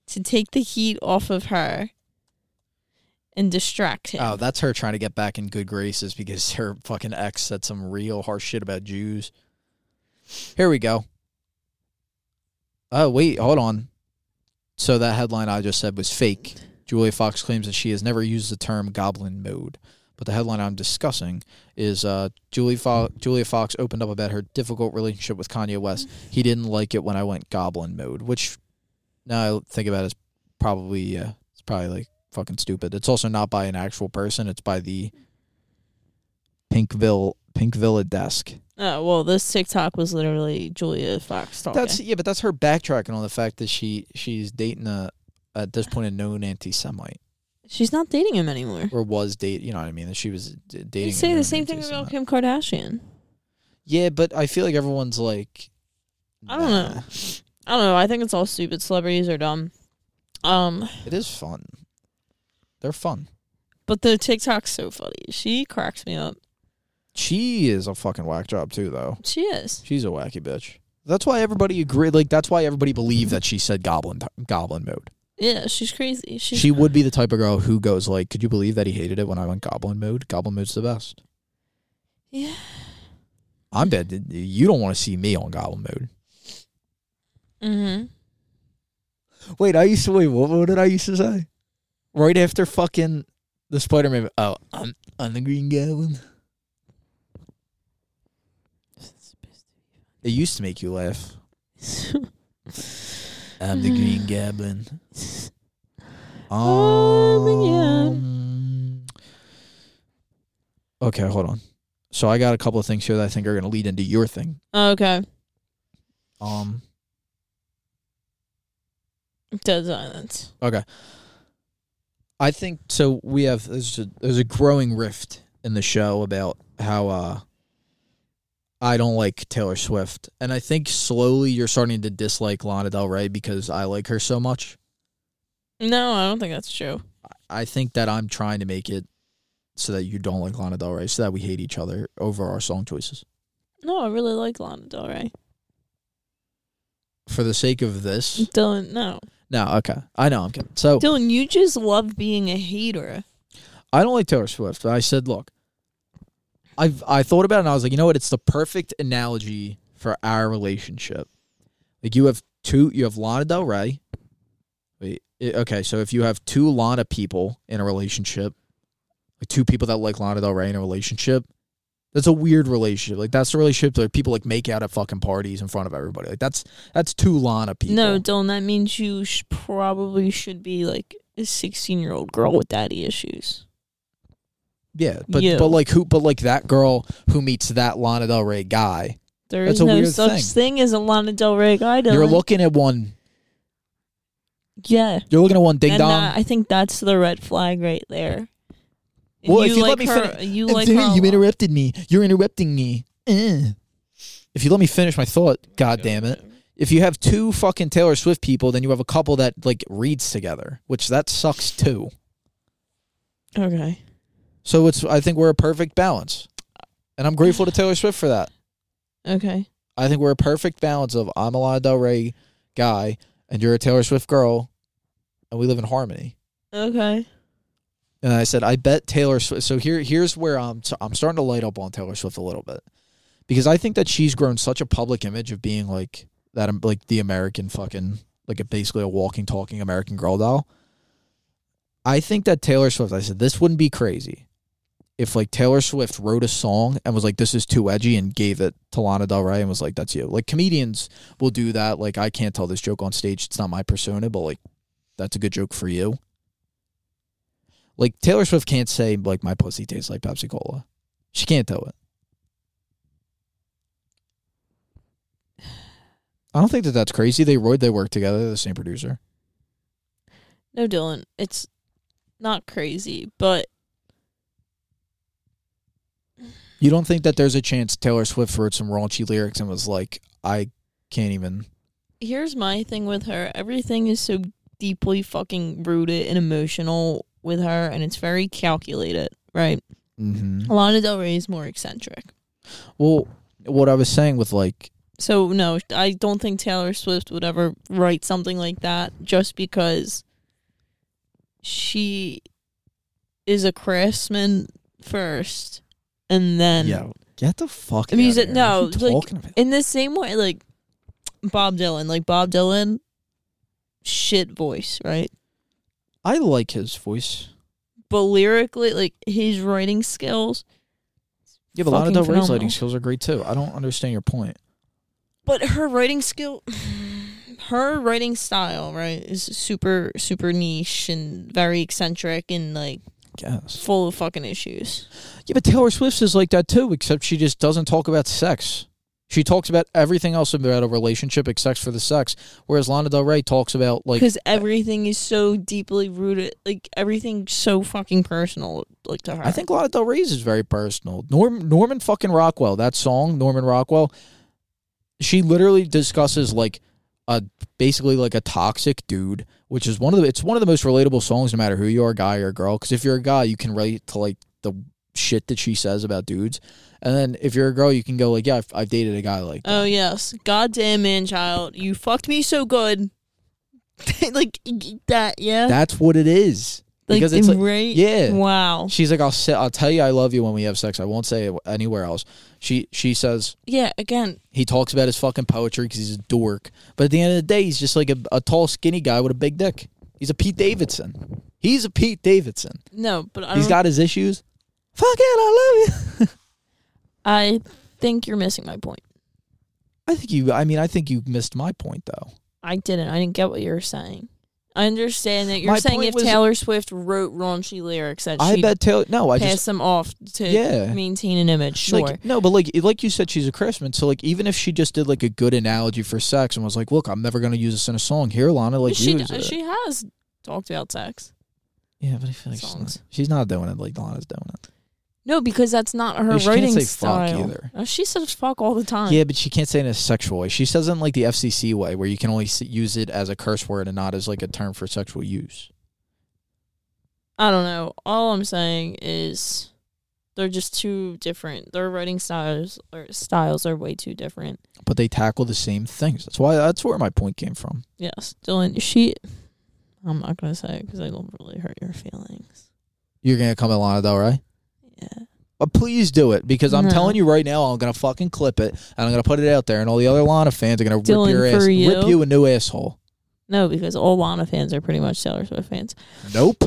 [SPEAKER 6] to take the heat off of her, and distract him.
[SPEAKER 7] Oh, that's her trying to get back in good graces because her fucking ex said some real harsh shit about Jews. Here we go. Oh, wait, hold on. So that headline I just said was fake. Julia Fox claims that she has never used the term goblin mode. But the headline I'm discussing is uh, Julia, Fo- Julia Fox opened up about her difficult relationship with Kanye West. He didn't like it when I went goblin mode, which now I think about it, is probably, uh, it's probably like fucking stupid. It's also not by an actual person. It's by the Pinkville Pinkvilla desk.
[SPEAKER 6] Oh, well, this TikTok was literally Julia Fox talking.
[SPEAKER 7] That's yeah, but that's her backtracking on the fact that she she's dating a at this point a known anti-Semite
[SPEAKER 6] She's not dating him anymore.
[SPEAKER 7] or was date. You know what I mean? That she was d- dating.
[SPEAKER 6] You
[SPEAKER 7] a
[SPEAKER 6] say
[SPEAKER 7] known
[SPEAKER 6] the same thing about Kim
[SPEAKER 7] anti-Semite.
[SPEAKER 6] Kardashian.
[SPEAKER 7] Yeah, but I feel like everyone's like.
[SPEAKER 6] I don't know.
[SPEAKER 7] nah.
[SPEAKER 6] I don't know. I think it's all stupid. Celebrities are dumb. Um,
[SPEAKER 7] It is fun. They're fun.
[SPEAKER 6] but the TikTok's so funny. She cracks me up.
[SPEAKER 7] She is a fucking whack job too, though.
[SPEAKER 6] She is.
[SPEAKER 7] She's a wacky bitch. That's why everybody agreed. Like that's why everybody believed that she said goblin goblin mode.
[SPEAKER 6] Yeah, she's crazy. She's,
[SPEAKER 7] she would be the type of girl who goes like, "Could you believe that he hated it when I went goblin mode? Goblin mode's the best."
[SPEAKER 6] Yeah.
[SPEAKER 7] I'm dead. You don't want to see me on goblin mode.
[SPEAKER 6] Mm-hmm.
[SPEAKER 7] Wait, I used to wait. What, what did I used to say? Right after fucking the Spider Man. Oh, I'm I'm the Green Goblin. It used to make you laugh. I'm the Green Goblin.
[SPEAKER 6] Oh,
[SPEAKER 7] Um, okay, hold on. So I got a couple of things here that I think are going to lead into your thing.
[SPEAKER 6] okay.
[SPEAKER 7] Um,
[SPEAKER 6] Dead silence.
[SPEAKER 7] okay. I think so. We have there's a, there's a growing rift in the show about how uh, I don't like Taylor Swift, and I think slowly you're starting to dislike Lana Del Rey because I like her so much.
[SPEAKER 6] No, I don't think that's true.
[SPEAKER 7] I think that I'm trying to make it so that you don't like Lana Del Rey, so that we hate each other over our song choices.
[SPEAKER 6] No, I really like Lana Del Rey.
[SPEAKER 7] For the sake of
[SPEAKER 6] Mm-hmm.
[SPEAKER 7] this,
[SPEAKER 6] Dylan, no.
[SPEAKER 7] no, okay, I know I'm kidding. So
[SPEAKER 6] Dylan, you just love being a hater.
[SPEAKER 7] I don't like Taylor Swift. But I said, look, I've I thought about it and I was like, you know what? It's the perfect analogy for our relationship. Like you have two, you have Lana Del Rey. Wait, i- okay, so if you have two Lana people in a relationship, like two people that like Lana Del Rey in a relationship, that's a weird relationship. Like that's the relationship that people like make out at fucking parties in front of everybody. Like that's that's two Lana people.
[SPEAKER 6] No, Dylan, that means you sh- probably should be like a 16 year old girl with daddy issues.
[SPEAKER 7] yeah, but
[SPEAKER 6] you.
[SPEAKER 7] but like who? But like that girl who meets that Lana Del Rey guy.
[SPEAKER 6] There
[SPEAKER 7] That's
[SPEAKER 6] is
[SPEAKER 7] a
[SPEAKER 6] no
[SPEAKER 7] weird
[SPEAKER 6] such thing. as a Lana Del Rey guy. Dylan.
[SPEAKER 7] You're looking at one.
[SPEAKER 6] Yeah.
[SPEAKER 7] You're looking at one ding
[SPEAKER 6] and
[SPEAKER 7] dong.
[SPEAKER 6] that- I think that's the red flag right there.
[SPEAKER 7] well, if you let
[SPEAKER 6] like
[SPEAKER 7] me
[SPEAKER 6] her,
[SPEAKER 7] finish,
[SPEAKER 6] you
[SPEAKER 7] And
[SPEAKER 6] like
[SPEAKER 7] there,
[SPEAKER 6] her.
[SPEAKER 7] you interrupted me. You're interrupting me. Eh. If you let me finish my thought, god damn it. If you have two fucking Taylor Swift people, then you have a couple that like reads together, which that sucks too.
[SPEAKER 6] Okay.
[SPEAKER 7] So it's I think we're a perfect balance, and I'm grateful to Taylor Swift for that.
[SPEAKER 6] Okay.
[SPEAKER 7] I think we're a perfect balance of I'm a Lana Del Rey guy and you're a Taylor Swift girl, and we live in harmony.
[SPEAKER 6] Okay.
[SPEAKER 7] and I said, I bet Taylor Swift. So here, here's where I'm. So I'm starting to light up on Taylor Swift a little bit because I think that she's grown such a public image of being like that, um, like the American fucking, like a, basically a walking, talking American girl doll. I think that Taylor Swift. I said this wouldn't be crazy if like Taylor Swift wrote a song and was like, "This is too edgy," and gave it to Lana Del Rey and was like, "That's you." Like comedians will do that. Like I can't tell this joke on stage; it's not my persona, but like that's a good joke for you. Like Taylor Swift can't say like my pussy tastes like Pepsi Cola. She can't do it. I don't think that that's crazy. They wrote, they work together. They're the same producer.
[SPEAKER 6] No, Dylan, it's not crazy, but
[SPEAKER 7] You don't think that there's a chance Taylor Swift wrote some raunchy lyrics and was like, I can't even.
[SPEAKER 6] here's my thing with her everything is so deeply fucking rooted and emotional with her and it's very calculated right
[SPEAKER 7] hmm
[SPEAKER 6] lana del rey is more eccentric
[SPEAKER 7] Well, what I was saying with like,
[SPEAKER 6] so no i don't think taylor swift would ever write something like that just because she is a craftsman first and then
[SPEAKER 7] yeah, get the fuck.
[SPEAKER 6] I mean, is it- no,
[SPEAKER 7] out of here. What are you
[SPEAKER 6] like-
[SPEAKER 7] talking about?
[SPEAKER 6] in the same way like bob dylan like bob dylan shit voice right
[SPEAKER 7] I like his voice.
[SPEAKER 6] but lyrically, like his writing skills.
[SPEAKER 7] Yeah, but Lana
[SPEAKER 6] Fucking
[SPEAKER 7] Del Rey's
[SPEAKER 6] phenomenal.
[SPEAKER 7] lighting skills are great too. I don't understand your point.
[SPEAKER 6] But her writing skill, her writing style, right, is super, super niche and very eccentric and like
[SPEAKER 7] Yes.
[SPEAKER 6] full of fucking issues.
[SPEAKER 7] Yeah, but Taylor Swift's is like that too, except she just doesn't talk about sex. She talks about everything else about a relationship except for the sex. Whereas Lana Del Rey talks about like uh,
[SPEAKER 6] Because everything is so deeply rooted, like everything's so fucking personal, like to her.
[SPEAKER 7] I think Lana Del Rey's is very personal. Norm Norman fucking Rockwell, that song, Norman Rockwell, she literally discusses like a basically like a toxic dude, which is one of the it's one of the most relatable songs no matter who you are, guy or girl, cuz if you're a guy, you can relate to like the shit that she says about dudes. And then if you're a girl, you can go like, yeah, I've, I've dated a guy like that.
[SPEAKER 6] Oh yes, goddamn man child, you fucked me so good, like that. Yeah,
[SPEAKER 7] That's what it is.
[SPEAKER 6] Uh, Like
[SPEAKER 7] Because it's like-
[SPEAKER 6] right?
[SPEAKER 7] yeah.
[SPEAKER 6] Wow.
[SPEAKER 7] She's like, I'll say, I'll tell you I love you when we have sex. I won't say it anywhere else. She she says
[SPEAKER 6] Yeah. Again,
[SPEAKER 7] he talks about his fucking poetry because he's a dork. But at the end of the day, he's just like a, a tall, skinny guy with a big dick. He's a Pete Davidson. He's a Pete Davidson.
[SPEAKER 6] no, but I
[SPEAKER 7] He's
[SPEAKER 6] don't-
[SPEAKER 7] got his issues. Fuck it, I love you.
[SPEAKER 6] I think you're missing my point.
[SPEAKER 7] I think you. I mean, I think you missed my point though.
[SPEAKER 6] I didn't. I didn't get what you were saying. I understand that you're
[SPEAKER 7] My
[SPEAKER 6] saying
[SPEAKER 7] point
[SPEAKER 6] if
[SPEAKER 7] was-
[SPEAKER 6] Taylor Swift wrote raunchy lyrics that
[SPEAKER 7] I
[SPEAKER 6] she
[SPEAKER 7] bet Taylor. No, I
[SPEAKER 6] passed
[SPEAKER 7] just
[SPEAKER 6] them off to
[SPEAKER 7] Yeah.
[SPEAKER 6] maintain an image. Sure.
[SPEAKER 7] Like, no, but like like you said, she's a craftsman. So like, even if she just did like a good analogy for sex and was like, "Look, I'm never gonna use this in a song." Here, Lana, like
[SPEAKER 6] she
[SPEAKER 7] use it.
[SPEAKER 6] she has talked about sex.
[SPEAKER 7] yeah, but I feel like she's
[SPEAKER 6] songs.
[SPEAKER 7] not, she's not doing it like Lana's doing it.
[SPEAKER 6] No, because that's not her
[SPEAKER 7] Yeah, she can't
[SPEAKER 6] writing
[SPEAKER 7] say fuck
[SPEAKER 6] style.
[SPEAKER 7] either.
[SPEAKER 6] Oh, she says fuck all the time.
[SPEAKER 7] Yeah, but she can't say it in a sexual way. She says it in like the FCC way, where you can only s- use it as a curse word and not as like a term for sexual use.
[SPEAKER 6] I don't know. All I'm saying is they're just too different. Their writing styles or styles are way too different.
[SPEAKER 7] But they tackle the same things. That's why. That's where my point came from.
[SPEAKER 6] Yes, Dylan. She. I'm not gonna say it because I don't really hurt your feelings.
[SPEAKER 7] You're gonna come at Lana Del Rey.
[SPEAKER 6] Yeah.
[SPEAKER 7] Uh, please do it because I'm
[SPEAKER 6] No.
[SPEAKER 7] telling you right now, I'm gonna fucking clip it and I'm gonna put it out there, and all the other Lana fans are gonna
[SPEAKER 6] Dylan,
[SPEAKER 7] rip your ass,
[SPEAKER 6] for you.
[SPEAKER 7] rip you a new asshole.
[SPEAKER 6] No, because all Lana fans are pretty much Taylor Swift fans.
[SPEAKER 7] Nope,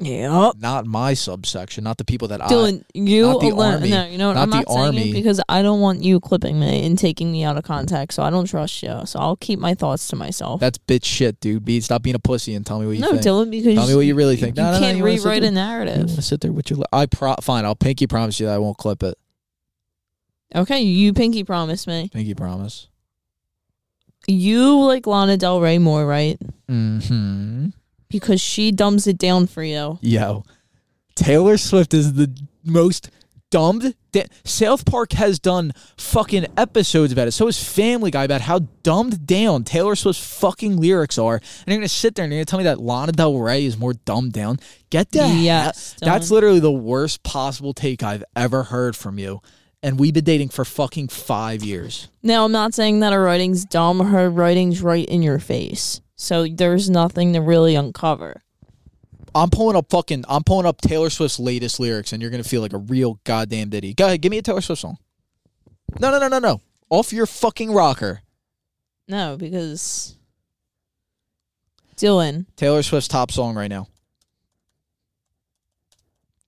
[SPEAKER 6] Yeah.
[SPEAKER 7] not my subsection, not the people that I.
[SPEAKER 6] Dylan, you
[SPEAKER 7] Uh, not the
[SPEAKER 6] alone.
[SPEAKER 7] army.
[SPEAKER 6] No, you know what?
[SPEAKER 7] Not
[SPEAKER 6] I'm
[SPEAKER 7] the
[SPEAKER 6] not saying
[SPEAKER 7] army.
[SPEAKER 6] it because I don't want you clipping me and taking me out of context. So I don't trust you. So I'll keep my thoughts to myself.
[SPEAKER 7] That's bitch shit, dude. Be stop being a pussy and tell me what you
[SPEAKER 6] no,
[SPEAKER 7] think.
[SPEAKER 6] Dylan, because
[SPEAKER 7] Tell me what you really think.
[SPEAKER 6] You
[SPEAKER 7] No, no, no,
[SPEAKER 6] can't
[SPEAKER 7] you wanna sit
[SPEAKER 6] rewrite
[SPEAKER 7] there-
[SPEAKER 6] a
[SPEAKER 7] You want
[SPEAKER 6] narrative.
[SPEAKER 7] to sit there with your? Li- I pro- fine. I'll pinky promise you that I won't clip it.
[SPEAKER 6] Okay, you pinky promised me.
[SPEAKER 7] Pinky promise.
[SPEAKER 6] You like Lana Del Rey more, right?
[SPEAKER 7] Hmm.
[SPEAKER 6] Because she dumbs it down for you.
[SPEAKER 7] Yo, Taylor Swift is the most dumbed. Da- South Park has done fucking episodes about it. So is Family Guy about how dumbed down Taylor Swift's fucking lyrics are. And you're gonna sit there and you're gonna tell me that Lana Del Rey is more dumbed down. Get the
[SPEAKER 6] Yes,
[SPEAKER 7] he- That's
[SPEAKER 6] Dylan.
[SPEAKER 7] literally the worst possible take I've ever heard from you. And we've been dating for fucking five years.
[SPEAKER 6] Now, I'm not saying that her writing's dumb. Her writing's right in your face. So there's nothing to really uncover.
[SPEAKER 7] I'm pulling up fucking. I'm pulling up Taylor Swift's latest lyrics, and you're gonna feel like a real goddamn ditty. Go ahead, give me a Taylor Swift song. No, no, no, no, no. Off your fucking rocker.
[SPEAKER 6] No, because Dylan,
[SPEAKER 7] Taylor Swift's top song right now.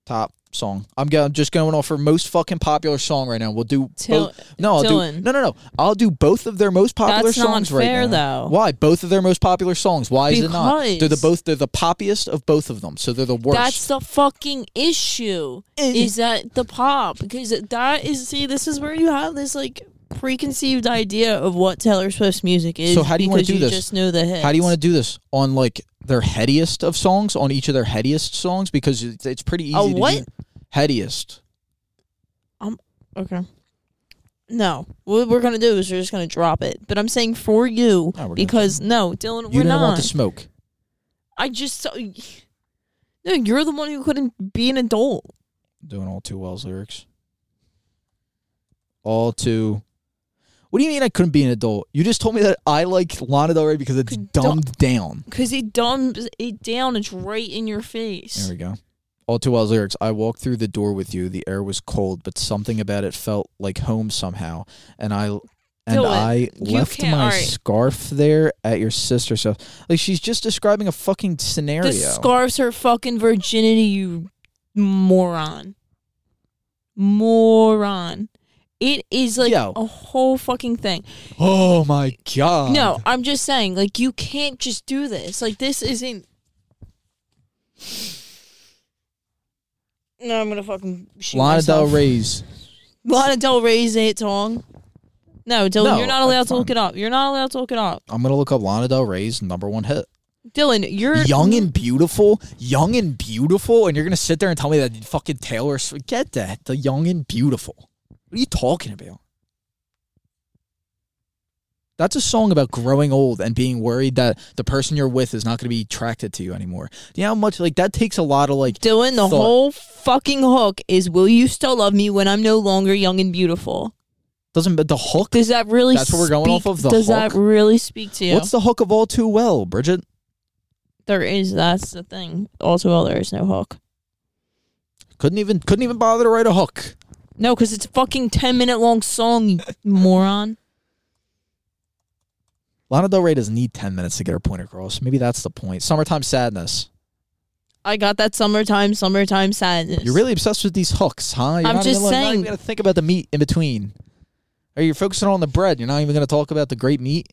[SPEAKER 7] Top song. I'm going. Just going off her most fucking popular song right now. We'll do.
[SPEAKER 6] Tail-
[SPEAKER 7] both. No, I'll do.
[SPEAKER 6] Dylan.
[SPEAKER 7] No, no, no. I'll do both of their most popular
[SPEAKER 6] That's not
[SPEAKER 7] songs right
[SPEAKER 6] fair,
[SPEAKER 7] now.
[SPEAKER 6] though.
[SPEAKER 7] Why? Both of their most popular songs. Why is it not?
[SPEAKER 6] Because-
[SPEAKER 7] They're the both. They're the poppiest of both of them. So they're the worst.
[SPEAKER 6] that's the fucking issue.
[SPEAKER 7] Eh.
[SPEAKER 6] Is that the pop? Because that is see, this is where you have this like preconceived idea of what Taylor Swift's music is.
[SPEAKER 7] So how do you wanna
[SPEAKER 6] because
[SPEAKER 7] do this?
[SPEAKER 6] Just know the hits.
[SPEAKER 7] How do you want to do this on like their headiest of songs on each of their headiest songs because it's, it's pretty easy.
[SPEAKER 6] A
[SPEAKER 7] to do.
[SPEAKER 6] Oh, what? Okay. No, what we're gonna do is we're just gonna drop it. But I'm saying for you
[SPEAKER 7] No, Ah, we're gonna-
[SPEAKER 6] because no, Dylan,
[SPEAKER 7] You
[SPEAKER 6] we're
[SPEAKER 7] didn't want
[SPEAKER 6] not.
[SPEAKER 7] the smoke.
[SPEAKER 6] I just no, you're the one who couldn't be an adult.
[SPEAKER 7] Doing all too well's lyrics. All too. What do you mean I couldn't be an adult? You just told me that I like Lana Del Rey because it's
[SPEAKER 6] Could
[SPEAKER 7] dumbed down.
[SPEAKER 6] Cause it dumbs it down. It's right in your
[SPEAKER 7] There
[SPEAKER 6] face.
[SPEAKER 7] we go. All too well's lyrics. I walked through the door with you. The air was cold, but something about it felt like home somehow. And I and
[SPEAKER 6] Dylan,
[SPEAKER 7] I
[SPEAKER 6] you
[SPEAKER 7] left
[SPEAKER 6] can't-
[SPEAKER 7] my
[SPEAKER 6] all right.
[SPEAKER 7] scarf there at your sister's house. Like she's just describing a fucking scenario.
[SPEAKER 6] This scarves her fucking virginity, you moron. Moron. It is like
[SPEAKER 7] Yo.
[SPEAKER 6] a whole fucking thing.
[SPEAKER 7] oh my god.
[SPEAKER 6] No, I'm just saying, like, you can't just do this. Like, this isn't. No, I'm gonna fucking shoot
[SPEAKER 7] Lana Del
[SPEAKER 6] myself.
[SPEAKER 7] Rey's.
[SPEAKER 6] Lana Del Rey's it song. No, Dylan,
[SPEAKER 7] No,
[SPEAKER 6] you're not allowed
[SPEAKER 7] that's
[SPEAKER 6] to look
[SPEAKER 7] fine.
[SPEAKER 6] it up. You're not allowed to look it up,
[SPEAKER 7] I'm gonna look up Lana Del Rey's number one hit.
[SPEAKER 6] Dylan. You're
[SPEAKER 7] Young and beautiful, young and beautiful, and you're gonna sit there and tell me that fucking Taylor Swift. Get that the young and beautiful. What are you talking about? That's a song about growing old and being worried that the person you're with is not going to be attracted to you anymore. Do you know how much like that takes a lot of like
[SPEAKER 6] Dylan, the
[SPEAKER 7] thought.
[SPEAKER 6] whole fucking hook is "Will you still love me when I'm no longer young and beautiful?"
[SPEAKER 7] doesn't but the hook.
[SPEAKER 6] Does that really?
[SPEAKER 7] That's what we're going
[SPEAKER 6] speak-
[SPEAKER 7] off of, the
[SPEAKER 6] does that
[SPEAKER 7] hook?
[SPEAKER 6] really speak to you?
[SPEAKER 7] What's the hook of all too well, Bridget?
[SPEAKER 6] There is that's the thing. Also, well, there is no hook.
[SPEAKER 7] Couldn't even couldn't even bother to write a hook.
[SPEAKER 6] No, because it's a fucking ten minute long song, you moron.
[SPEAKER 7] Lana Del Rey doesn't need ten minutes to get her point across. Maybe that's the point. Summertime sadness.
[SPEAKER 6] I got that summertime, summertime sadness.
[SPEAKER 7] You're really obsessed with these hooks, huh? You're
[SPEAKER 6] I'm
[SPEAKER 7] not
[SPEAKER 6] just
[SPEAKER 7] even, like, Not
[SPEAKER 6] saying-
[SPEAKER 7] even gonna think about the meat in between. Or you're focusing on the bread. You're not even gonna talk about the great meat.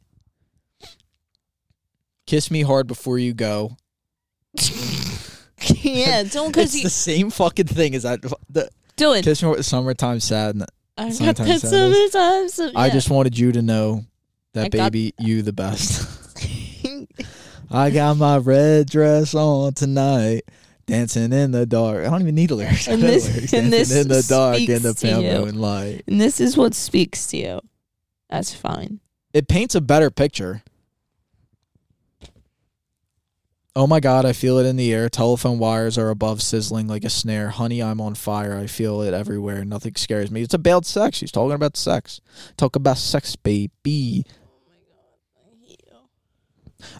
[SPEAKER 7] Kiss me hard before you go.
[SPEAKER 6] yeah. Don't because
[SPEAKER 7] it's
[SPEAKER 6] you
[SPEAKER 7] the same fucking thing as that. The,
[SPEAKER 6] do it.
[SPEAKER 7] kiss me hard with summertime sadness.
[SPEAKER 6] I got
[SPEAKER 7] summertime
[SPEAKER 6] that
[SPEAKER 7] sadness.
[SPEAKER 6] summertime. sa-
[SPEAKER 7] I
[SPEAKER 6] yeah.
[SPEAKER 7] just wanted you to know that
[SPEAKER 6] I got-
[SPEAKER 7] baby, you the best. I got my red dress on tonight, dancing in the dark. I don't even need a lyric.
[SPEAKER 6] And this- and this
[SPEAKER 7] in the dark
[SPEAKER 6] speaks
[SPEAKER 7] in the
[SPEAKER 6] to
[SPEAKER 7] pale
[SPEAKER 6] you.
[SPEAKER 7] moonlight. light.
[SPEAKER 6] and this is what speaks to you. That's fine.
[SPEAKER 7] It paints a better picture. Oh my God, I feel it in the air. Telephone wires are above, sizzling like a snare. Honey, I'm on fire. I feel it everywhere. Nothing scares me. It's about sex. She's talking about sex. Talk about sex, baby.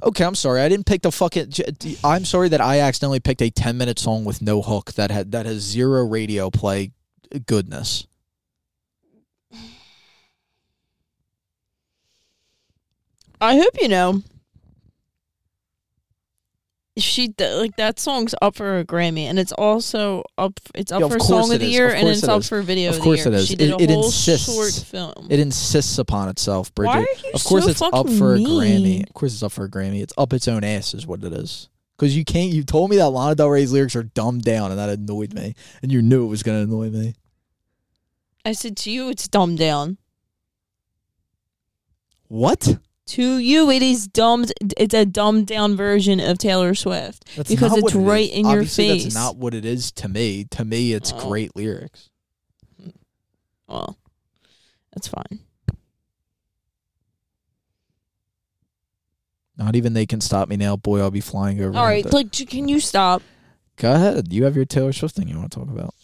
[SPEAKER 7] Okay, I'm sorry. I didn't pick the fucking. j- d- I'm sorry that I accidentally picked a 10 minute song with no hook that had that has zero radio play goodness.
[SPEAKER 6] I hope you know. She d- like that song's up for a Grammy, and it's also up. It's up
[SPEAKER 7] Yeah, of
[SPEAKER 6] for
[SPEAKER 7] course
[SPEAKER 6] song of
[SPEAKER 7] it
[SPEAKER 6] the
[SPEAKER 7] is.
[SPEAKER 6] year,
[SPEAKER 7] Of
[SPEAKER 6] and
[SPEAKER 7] course
[SPEAKER 6] it's
[SPEAKER 7] it
[SPEAKER 6] up
[SPEAKER 7] is.
[SPEAKER 6] for video.
[SPEAKER 7] Of
[SPEAKER 6] the
[SPEAKER 7] course
[SPEAKER 6] year.
[SPEAKER 7] it is.
[SPEAKER 6] She did
[SPEAKER 7] It-
[SPEAKER 6] a
[SPEAKER 7] it
[SPEAKER 6] whole
[SPEAKER 7] insists.
[SPEAKER 6] short film.
[SPEAKER 7] It insists upon itself, Bridget.
[SPEAKER 6] Why are you
[SPEAKER 7] of course,
[SPEAKER 6] so
[SPEAKER 7] it's up
[SPEAKER 6] fucking
[SPEAKER 7] for a
[SPEAKER 6] mean?
[SPEAKER 7] Grammy. Of course, it's up for a Grammy. It's up its own ass, is what it is. Because you can't. You told me that Lana Del Rey's lyrics are dumbed down, and that annoyed me. And you knew it was going to annoy me.
[SPEAKER 6] I said to you, it's dumbed down.
[SPEAKER 7] What?
[SPEAKER 6] To you, it is dumbed. It's a dumbed down version of Taylor Swift
[SPEAKER 7] That's
[SPEAKER 6] because
[SPEAKER 7] not
[SPEAKER 6] it's
[SPEAKER 7] what it is.
[SPEAKER 6] right in your
[SPEAKER 7] Obviously,
[SPEAKER 6] face.
[SPEAKER 7] That's not what it is to me. To me, it's
[SPEAKER 6] Oh.
[SPEAKER 7] great lyrics.
[SPEAKER 6] well, that's fine.
[SPEAKER 7] Not even they can stop me now. Boy, I'll be flying over.
[SPEAKER 6] All right,
[SPEAKER 7] the-
[SPEAKER 6] like, j- can you stop?
[SPEAKER 7] go ahead. You have your Taylor Swift thing you want to talk about.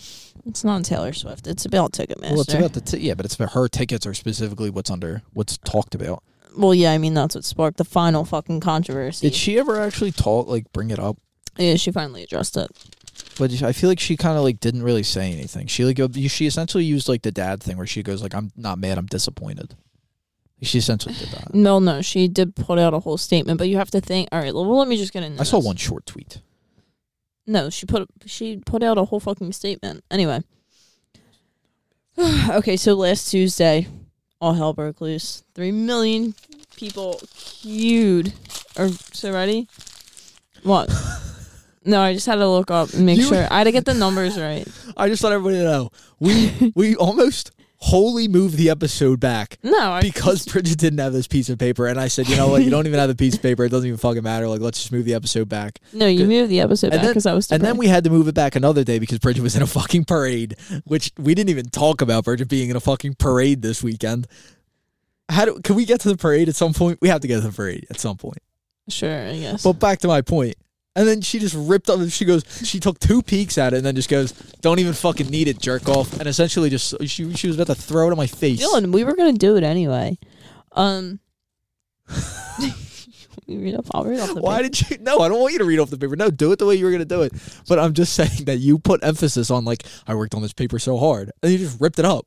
[SPEAKER 6] It's not Taylor Swift. It's about Ticketmaster.
[SPEAKER 7] Well, it's about the t- yeah, but it's about her tickets are specifically what's under what's talked about.
[SPEAKER 6] Well, yeah, I mean that's what sparked the final fucking controversy.
[SPEAKER 7] Did she ever actually talk like bring it up?
[SPEAKER 6] yeah, she finally addressed it.
[SPEAKER 7] But I feel like she kind of like didn't really say anything. She like go- she essentially used like the dad thing where she goes like I'm not mad, I'm disappointed. She essentially did that.
[SPEAKER 6] No, no, she did put out a whole statement, but you have to think. All right, well, let me just get into.
[SPEAKER 7] I saw
[SPEAKER 6] this.
[SPEAKER 7] one short tweet.
[SPEAKER 6] No, she put she put out a whole fucking statement. Anyway. okay, so last Tuesday, all hell broke loose. Three million people queued. Are so ready? What? no, I just had to look up and make
[SPEAKER 7] You-
[SPEAKER 6] sure. I had to get the numbers right.
[SPEAKER 7] I just let everybody know we we almost wholly moved the episode back.
[SPEAKER 6] No, I
[SPEAKER 7] Because Bridget didn't have this piece of paper, and I said, you know what, you don't even have the piece of paper. It doesn't even fucking matter. Like, let's just move the episode back.
[SPEAKER 6] no, you moved the episode back because I was.
[SPEAKER 7] and then
[SPEAKER 6] depressed.
[SPEAKER 7] we had to move it back another day because Bridget was in a fucking parade, which we didn't even talk about Bridget being in a fucking parade this weekend. How do, can we get to the parade at some point? We have to get to the parade at some point.
[SPEAKER 6] sure, I guess.
[SPEAKER 7] But back to my point. And then she just ripped up. She goes. She took two peeks at it, and then just goes, "Don't even fucking need it, jerk off." And essentially, just she she was about to throw it in my face.
[SPEAKER 6] Dylan, we were gonna do it anyway. Um. we read off. I'll read off the.
[SPEAKER 7] Why did you? No, I don't want you to read off the paper. No, do it the way you were going to do it. But I'm just saying that you put emphasis on like I worked on this paper so hard, and you just ripped it up.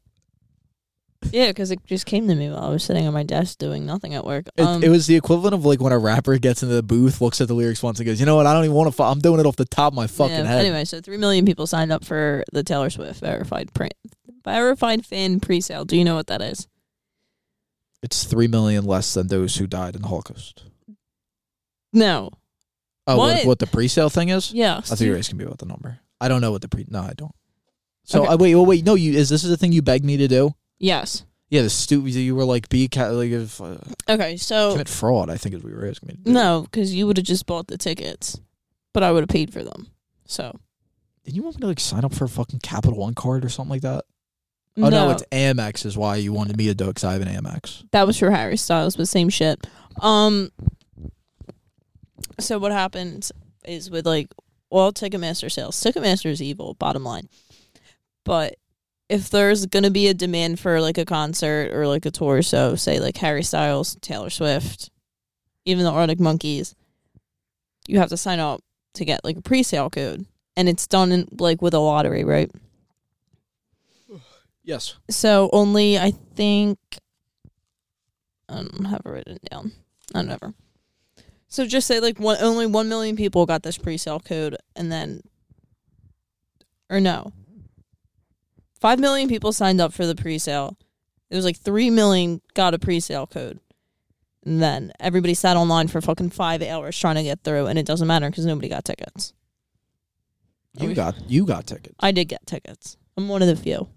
[SPEAKER 6] Yeah, because it just came to me while I was sitting on my desk doing nothing at work.
[SPEAKER 7] It,
[SPEAKER 6] um,
[SPEAKER 7] it was the equivalent of like when a rapper gets into the booth, looks at the lyrics once, and goes, "You know what? I don't even want to. Fu- I'm doing it off the top of my fucking
[SPEAKER 6] yeah,
[SPEAKER 7] head."
[SPEAKER 6] Anyway, so three million people signed up for the Taylor Swift verified print, verified fan presale. Do you know what that is?
[SPEAKER 7] It's three million less than those who died in the Holocaust.
[SPEAKER 6] No.
[SPEAKER 7] Oh, what,
[SPEAKER 6] What?
[SPEAKER 7] what the pre-sale thing is?
[SPEAKER 6] Yes.
[SPEAKER 7] I think you guys can be about the number. I don't know what the pre. No, I don't. So
[SPEAKER 6] Okay.
[SPEAKER 7] I wait. Oh, wait. No, you is this is the thing you begged me to do?
[SPEAKER 6] Yes.
[SPEAKER 7] Yeah, the stupid. You were like, be ca- like, if, uh,
[SPEAKER 6] Okay. So
[SPEAKER 7] commit fraud. I think is what you were asking me to do.
[SPEAKER 6] Oh. no, because you would have just bought the tickets, but I would have paid for them. So
[SPEAKER 7] Did you want me to like sign up for a fucking Capital One card or something like that?
[SPEAKER 6] no,
[SPEAKER 7] Oh no, it's Amex is why you wanted me to do because I have an Amex.
[SPEAKER 6] that was for Harry Styles, but same shit. Um. So what happens is with like all Ticketmaster sales, Ticketmaster is evil. Bottom line, but if there's gonna be a demand for like a concert or like a tour, so say like Harry Styles, Taylor Swift, even the Arctic Monkeys, you have to sign up to get like a pre-sale code, and it's done in, like with a lottery, right?
[SPEAKER 7] Yes.
[SPEAKER 6] So only I think um, I don't have it written down. I don't ever. So just say like one only one million people got this pre-sale code, and then or no, five million people signed up for the pre-sale. It was like three million got a pre-sale code, and then everybody sat online for fucking five hours trying to get through, and it doesn't matter because nobody got tickets.
[SPEAKER 7] You got you got tickets.
[SPEAKER 6] I did get tickets. I'm one of the few.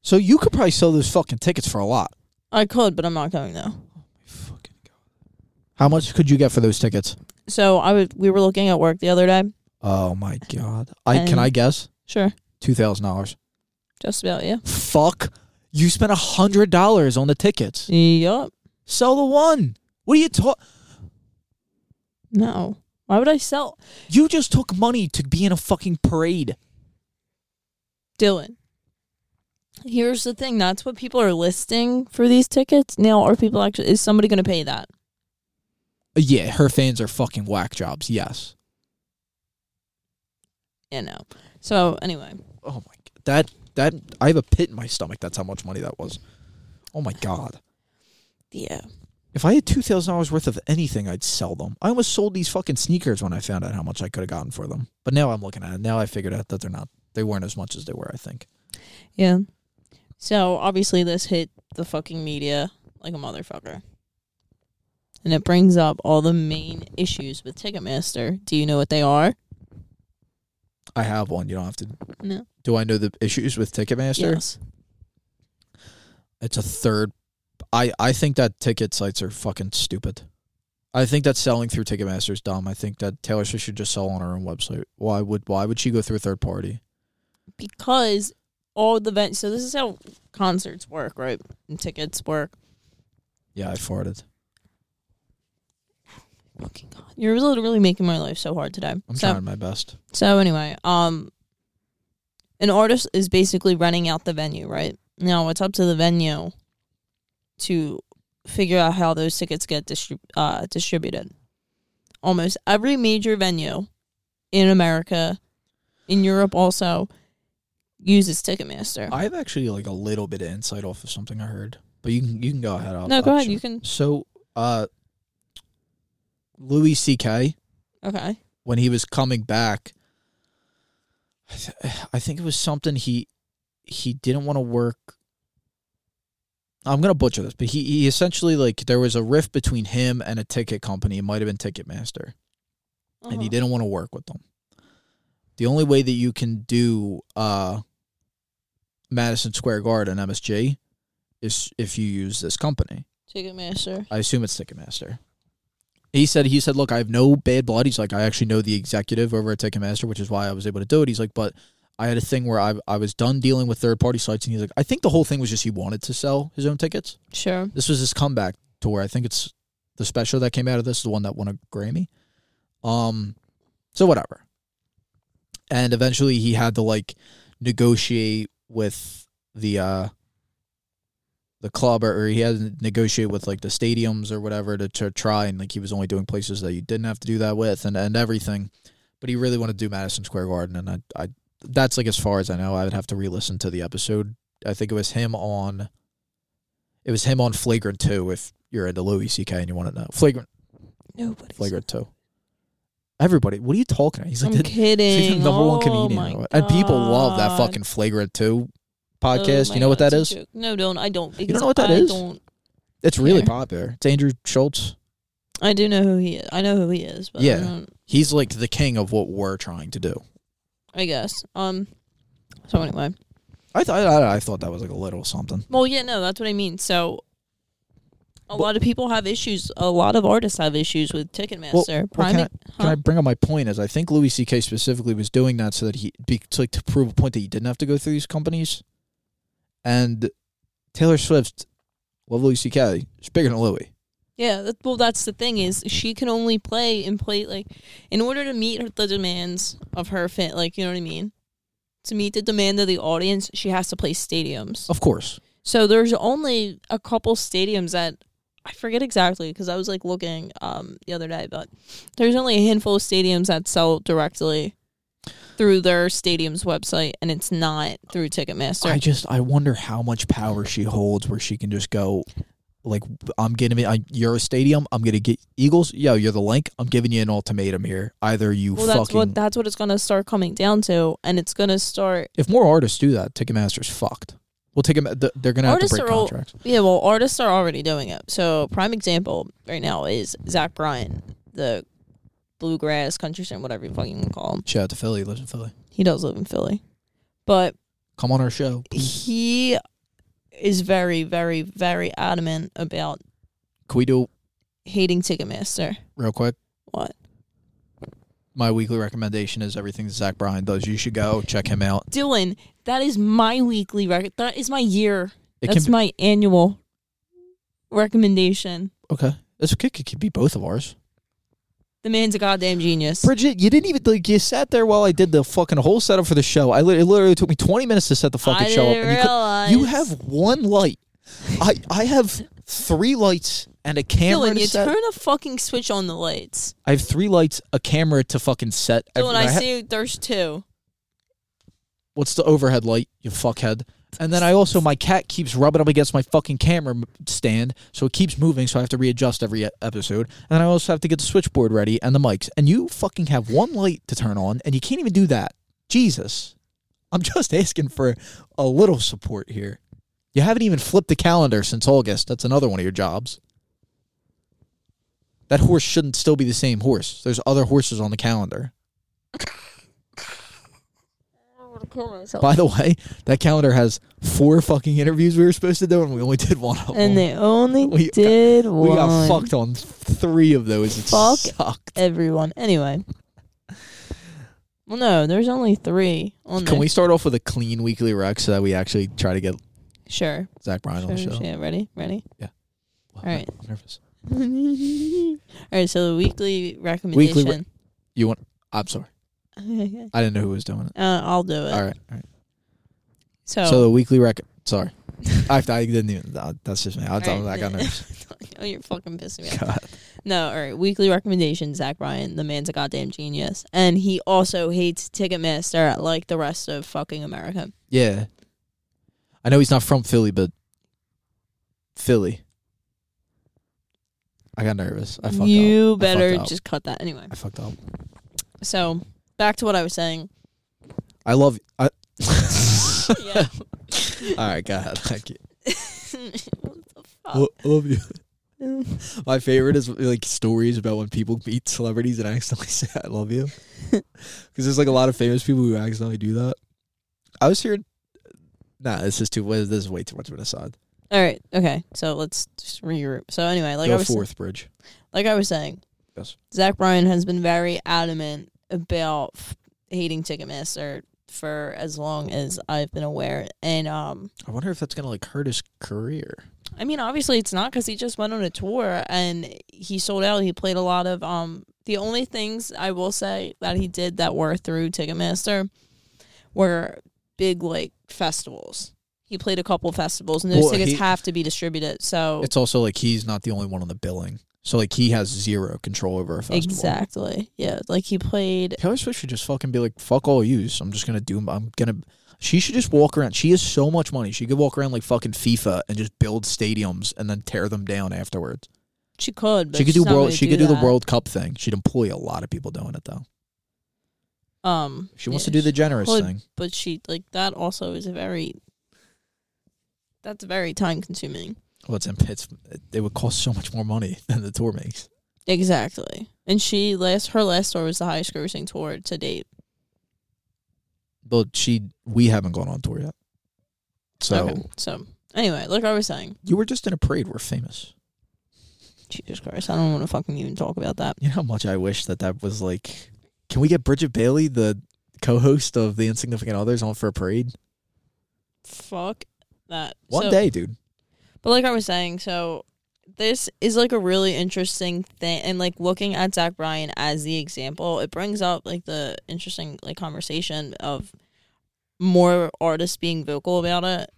[SPEAKER 7] So you could probably sell those fucking tickets for a lot.
[SPEAKER 6] I could, but I'm not going though.
[SPEAKER 7] Fucking god. How much could you get for those tickets?
[SPEAKER 6] So I was we were looking at work the other day.
[SPEAKER 7] Oh my god. I can
[SPEAKER 6] And-
[SPEAKER 7] I guess?
[SPEAKER 6] Sure.
[SPEAKER 7] Two thousand dollars.
[SPEAKER 6] Just about, yeah.
[SPEAKER 7] Fuck. You spent a hundred dollars on the tickets.
[SPEAKER 6] Yup.
[SPEAKER 7] Sell the one. What are you talking?
[SPEAKER 6] No. Why would I sell
[SPEAKER 7] You just took money to be in a fucking parade.
[SPEAKER 6] Dylan? Here's the thing, that's what people are listing for these tickets. Now are people actually is somebody gonna pay that?
[SPEAKER 7] Yeah, her fans are fucking whack jobs. Yes.
[SPEAKER 6] You know. So anyway.
[SPEAKER 7] Oh my god. That that I have a pit in my stomach. That's how much money that was. Oh my god.
[SPEAKER 6] Yeah.
[SPEAKER 7] If I had two thousand dollars worth of anything, I'd sell them. I almost sold these fucking sneakers when I found out how much I could have gotten for them. But now I'm looking at it. Now I figured out that they're not. They weren't as much as they were. I think.
[SPEAKER 6] Yeah. So obviously this hit the fucking media like a motherfucker. And it brings up all the main issues with Ticketmaster. Do you know what they are?
[SPEAKER 7] I have one. You don't have to.
[SPEAKER 6] No.
[SPEAKER 7] Do I know the issues with Ticketmaster?
[SPEAKER 6] Yes.
[SPEAKER 7] It's a third. I I think that ticket sites are fucking stupid. I think that selling through Ticketmaster is dumb. I think that Taylor Swift should just sell on her own website. Why would Why would she go through a third party?
[SPEAKER 6] because all the ven- so this is how concerts work, right? And tickets work.
[SPEAKER 7] Yeah, I farted.
[SPEAKER 6] Fucking God. You're literally making my life so hard today.
[SPEAKER 7] I'm
[SPEAKER 6] so
[SPEAKER 7] trying my best.
[SPEAKER 6] so anyway, um an artist is basically renting out the venue, right? Now it's up to the venue to figure out how those tickets get distrib- uh, distributed. Almost every major venue in America, in Europe also, uses Ticketmaster.
[SPEAKER 7] I have actually like a little bit of insight off of something I heard, but you can you can go ahead. I'll,
[SPEAKER 6] no, go
[SPEAKER 7] I'll
[SPEAKER 6] ahead.
[SPEAKER 7] shut-
[SPEAKER 6] You can.
[SPEAKER 7] So, uh, Louis C.K.
[SPEAKER 6] Okay.
[SPEAKER 7] when he was coming back, I, th- I think it was something he he didn't want to work. I'm gonna butcher this, but he, he essentially like there was a rift between him and a ticket company. It might have been Ticketmaster and he
[SPEAKER 6] Uh-huh.
[SPEAKER 7] didn't want to work with them. The only way that you can do uh, Madison Square Garden MSG is if you use this company.
[SPEAKER 6] Ticketmaster.
[SPEAKER 7] I assume it's Ticketmaster. He said he said, "Look, I have no bad blood." He's like, "I actually know the executive over at Ticketmaster, which is why I was able to do it." He's like, "But I had a thing where I I was done dealing with third party sites." And he's like, "I think the whole thing was just he wanted to sell his own tickets."
[SPEAKER 6] Sure.
[SPEAKER 7] This was his comeback tour. I think it's the special that came out of this, the one that won a Grammy. Um, so whatever. And eventually, he had to like negotiate with the uh the club, or, or he had to negotiate with like the stadiums or whatever to, to try and like he was only doing places that you didn't have to do that with, and and everything. But he really wanted to do Madison Square Garden, and I I that's like as far as I know. I would have to re-listen to the episode. I think it was him on it was him on Flagrant 2 if you're into Louis CK and you want to know. Flagrant
[SPEAKER 6] Nobody.
[SPEAKER 7] Flagrant 2. Everybody, what are you talking about? He's like
[SPEAKER 6] I'm
[SPEAKER 7] the,
[SPEAKER 6] kidding. Oh
[SPEAKER 7] he's like the number
[SPEAKER 6] one
[SPEAKER 7] one comedian. in the world. and people love that fucking Flagrant 2
[SPEAKER 6] Oh
[SPEAKER 7] podcast. you know what that is?
[SPEAKER 6] No, don't. I don't.
[SPEAKER 7] don't
[SPEAKER 6] because
[SPEAKER 7] know what that
[SPEAKER 6] I
[SPEAKER 7] is?
[SPEAKER 6] Don't,
[SPEAKER 7] It's really
[SPEAKER 6] Yeah.
[SPEAKER 7] popular. It's Andrew Schultz.
[SPEAKER 6] I do know who he is. I know who he is, but
[SPEAKER 7] Yeah.
[SPEAKER 6] I, don't,
[SPEAKER 7] He's like the king of what we're trying to do.
[SPEAKER 6] I guess. Um. So anyway,
[SPEAKER 7] I thought I, I thought that was like a little something.
[SPEAKER 6] well, yeah, no, that's what I mean. So. A lot of people have issues. A lot of artists have issues with
[SPEAKER 7] Well,
[SPEAKER 6] Ticketmaster.
[SPEAKER 7] well,
[SPEAKER 6] Prime,
[SPEAKER 7] can, I, can I
[SPEAKER 6] huh?
[SPEAKER 7] bring up my point? Is I think Louis C.K. specifically was doing that so that he be, to, like, to prove a point that he didn't have to go through these companies, and Taylor Swift, well, Louis C.K. is bigger than Louis.
[SPEAKER 6] Yeah, that, well, that's the thing is she can only play and play like in order to meet her, the demands of her fan. Like you know what I mean? To meet the demand of the audience,
[SPEAKER 7] Oh.
[SPEAKER 6] she has to play stadiums.
[SPEAKER 7] Of course,
[SPEAKER 6] So there's only a couple stadiums that I forget exactly because I was like looking um the other day, but there's only a handful of stadiums that sell directly through their stadium's website, and it's not through Ticketmaster.
[SPEAKER 7] I just I wonder how much power she holds where she can just go like I'm getting I, you're a stadium, I'm gonna get Eagles, yo, you're the link, I'm giving you an ultimatum here. Either you
[SPEAKER 6] well,
[SPEAKER 7] fucking
[SPEAKER 6] that's what that's what it's gonna start coming down to, and it's gonna start.
[SPEAKER 7] if more artists do that, Ticketmaster's fucked. Well Ticket th- they're gonna have to
[SPEAKER 6] Artists
[SPEAKER 7] break
[SPEAKER 6] are all,
[SPEAKER 7] contracts.
[SPEAKER 6] yeah, well, artists are already doing it. So prime example right now is Zach Bryan, the bluegrass country singer, whatever you fucking wanna call him.
[SPEAKER 7] Shout out to Philly, lives in Philly.
[SPEAKER 6] He does live in Philly, but
[SPEAKER 7] Come on our show.
[SPEAKER 6] he is very, very, very adamant about
[SPEAKER 7] Can we do
[SPEAKER 6] hating Ticketmaster.
[SPEAKER 7] real quick?
[SPEAKER 6] What?
[SPEAKER 7] My weekly recommendation is everything that Zach Bryan does. You should go check him out.
[SPEAKER 6] Dylan, that is my weekly record. That is my year.
[SPEAKER 7] It
[SPEAKER 6] That's
[SPEAKER 7] can be,
[SPEAKER 6] my annual recommendation.
[SPEAKER 7] okay. This kick it could be both of ours.
[SPEAKER 6] The man's a goddamn genius.
[SPEAKER 7] Bridget, you didn't even like. You sat there while I did the fucking whole setup for the show. I lit- it literally took me twenty minutes to set the fucking
[SPEAKER 6] I
[SPEAKER 7] show up.
[SPEAKER 6] didn't
[SPEAKER 7] you,
[SPEAKER 6] realize.
[SPEAKER 7] you have one light. I I have three lights and a camera.
[SPEAKER 6] Dylan,
[SPEAKER 7] to
[SPEAKER 6] you
[SPEAKER 7] set.
[SPEAKER 6] turn a fucking switch on the lights.
[SPEAKER 7] I have three lights, a camera to fucking set.
[SPEAKER 6] Dylan,
[SPEAKER 7] everything.
[SPEAKER 6] I,
[SPEAKER 7] ha-
[SPEAKER 6] see there's two.
[SPEAKER 7] what's the overhead light? You fuckhead. And then I also my cat keeps rubbing up against my fucking camera m- stand, so it keeps moving. So I have to readjust every e- episode. And then I also have to get the switchboard ready and the mics. And you fucking have one light to turn on, and you can't even do that. Jesus, I'm just asking for a little support here. You haven't even flipped the calendar since August. That's another one of your jobs. That horse shouldn't still be the same horse. There's other horses on the calendar. By the way, that calendar has four fucking interviews we were supposed to do, and we only did one of
[SPEAKER 6] And
[SPEAKER 7] them.
[SPEAKER 6] they only
[SPEAKER 7] We got-
[SPEAKER 6] did one.
[SPEAKER 7] we got fucked on three of those. It
[SPEAKER 6] Fuck.
[SPEAKER 7] sucked.
[SPEAKER 6] Everyone. Anyway. Well, no, there's only three on
[SPEAKER 7] Can
[SPEAKER 6] there.
[SPEAKER 7] we start off with a clean weekly rec so that we actually try to get
[SPEAKER 6] Sure.
[SPEAKER 7] Zach Bryan on the
[SPEAKER 6] Sure,
[SPEAKER 7] show?
[SPEAKER 6] Yeah, ready? Ready?
[SPEAKER 7] All
[SPEAKER 6] right.
[SPEAKER 7] I'm nervous.
[SPEAKER 6] All right, so the weekly recommendation.
[SPEAKER 7] You want? I'm sorry.
[SPEAKER 6] uh,
[SPEAKER 7] I didn't know who was doing it.
[SPEAKER 6] I'll do it.
[SPEAKER 7] All right. All right.
[SPEAKER 6] So,
[SPEAKER 7] So the weekly rec. Sorry. I, I didn't even. no, that's just me. I,
[SPEAKER 6] All right.
[SPEAKER 7] I got nervous.
[SPEAKER 6] oh, you're fucking pissing me off.
[SPEAKER 7] God.
[SPEAKER 6] No, all right. Weekly recommendation Zach Bryan, the man's a goddamn genius. And he also hates Ticketmaster like the rest of fucking America.
[SPEAKER 7] Yeah. I know he's not from Philly, but Philly. I got nervous. I fucked up.
[SPEAKER 6] You
[SPEAKER 7] I
[SPEAKER 6] better
[SPEAKER 7] fucked up.
[SPEAKER 6] just cut that anyway.
[SPEAKER 7] I fucked up.
[SPEAKER 6] So, back to what I was saying.
[SPEAKER 7] I love. I.
[SPEAKER 6] Yeah.
[SPEAKER 7] All right, go ahead. I can't-
[SPEAKER 6] what the fuck?
[SPEAKER 7] Lo- love you. My favorite is like stories about when people meet celebrities and accidentally say "I love you," because there's like a lot of famous people who accidentally do that. I was hearing. Nah, this is too. This is way too much of an aside.
[SPEAKER 6] All right. Okay. So, let's just regroup. So, anyway, like I
[SPEAKER 7] Go
[SPEAKER 6] was
[SPEAKER 7] forth, Bridge.
[SPEAKER 6] like I was saying,
[SPEAKER 7] Yes.
[SPEAKER 6] Zach Bryan has been very adamant about f- hating Ticketmaster for as long as I've been aware, and um,
[SPEAKER 7] I wonder if that's gonna like hurt his career.
[SPEAKER 6] I mean, obviously it's not because he just went on a tour and he sold out. He played a lot of um. The only things I will say that he did that were through Ticketmaster were big like festivals. He played a couple festivals, and those
[SPEAKER 7] Well,
[SPEAKER 6] tickets
[SPEAKER 7] he-
[SPEAKER 6] have to be distributed. So
[SPEAKER 7] It's also like he's not the only one on the billing, so like he has zero control over a festival.
[SPEAKER 6] exactly, yeah. Like he played
[SPEAKER 7] Taylor Swift should just fucking be like, fuck all yous. I'm just gonna do. I'm gonna. She should just walk around. She has so much money. She could walk around like fucking FIFA and just build stadiums and then tear them down afterwards.
[SPEAKER 6] She could. But
[SPEAKER 7] she could
[SPEAKER 6] she's
[SPEAKER 7] do
[SPEAKER 6] not
[SPEAKER 7] world.
[SPEAKER 6] gonna
[SPEAKER 7] She could do the
[SPEAKER 6] that.
[SPEAKER 7] World Cup thing. She'd employ a lot of people doing it though.
[SPEAKER 6] Um,
[SPEAKER 7] She wants
[SPEAKER 6] yeah,
[SPEAKER 7] to do the generous
[SPEAKER 6] could,
[SPEAKER 7] thing.
[SPEAKER 6] but she like that also is a very. That's very time consuming.
[SPEAKER 7] Well, it's, it's it would cost so much more money than the tour makes.
[SPEAKER 6] Exactly, and she last her last tour was the highest grossing tour to date.
[SPEAKER 7] But she, we haven't gone on tour yet. So
[SPEAKER 6] Okay, so anyway, like I was saying,
[SPEAKER 7] you were just in a parade. We're famous.
[SPEAKER 6] Jesus Christ, I don't want to fucking even talk about that.
[SPEAKER 7] You know how much I wish that that was like. Can we get Bridget Bailey, the co-host of The Insignificant Others, on for a parade
[SPEAKER 6] Fuck that.
[SPEAKER 7] one
[SPEAKER 6] So-
[SPEAKER 7] day, dude?
[SPEAKER 6] But like I was saying, so this is like a really interesting thing, and like looking at Zach Bryan as the example, it brings up like the interesting like conversation of more artists being vocal about it.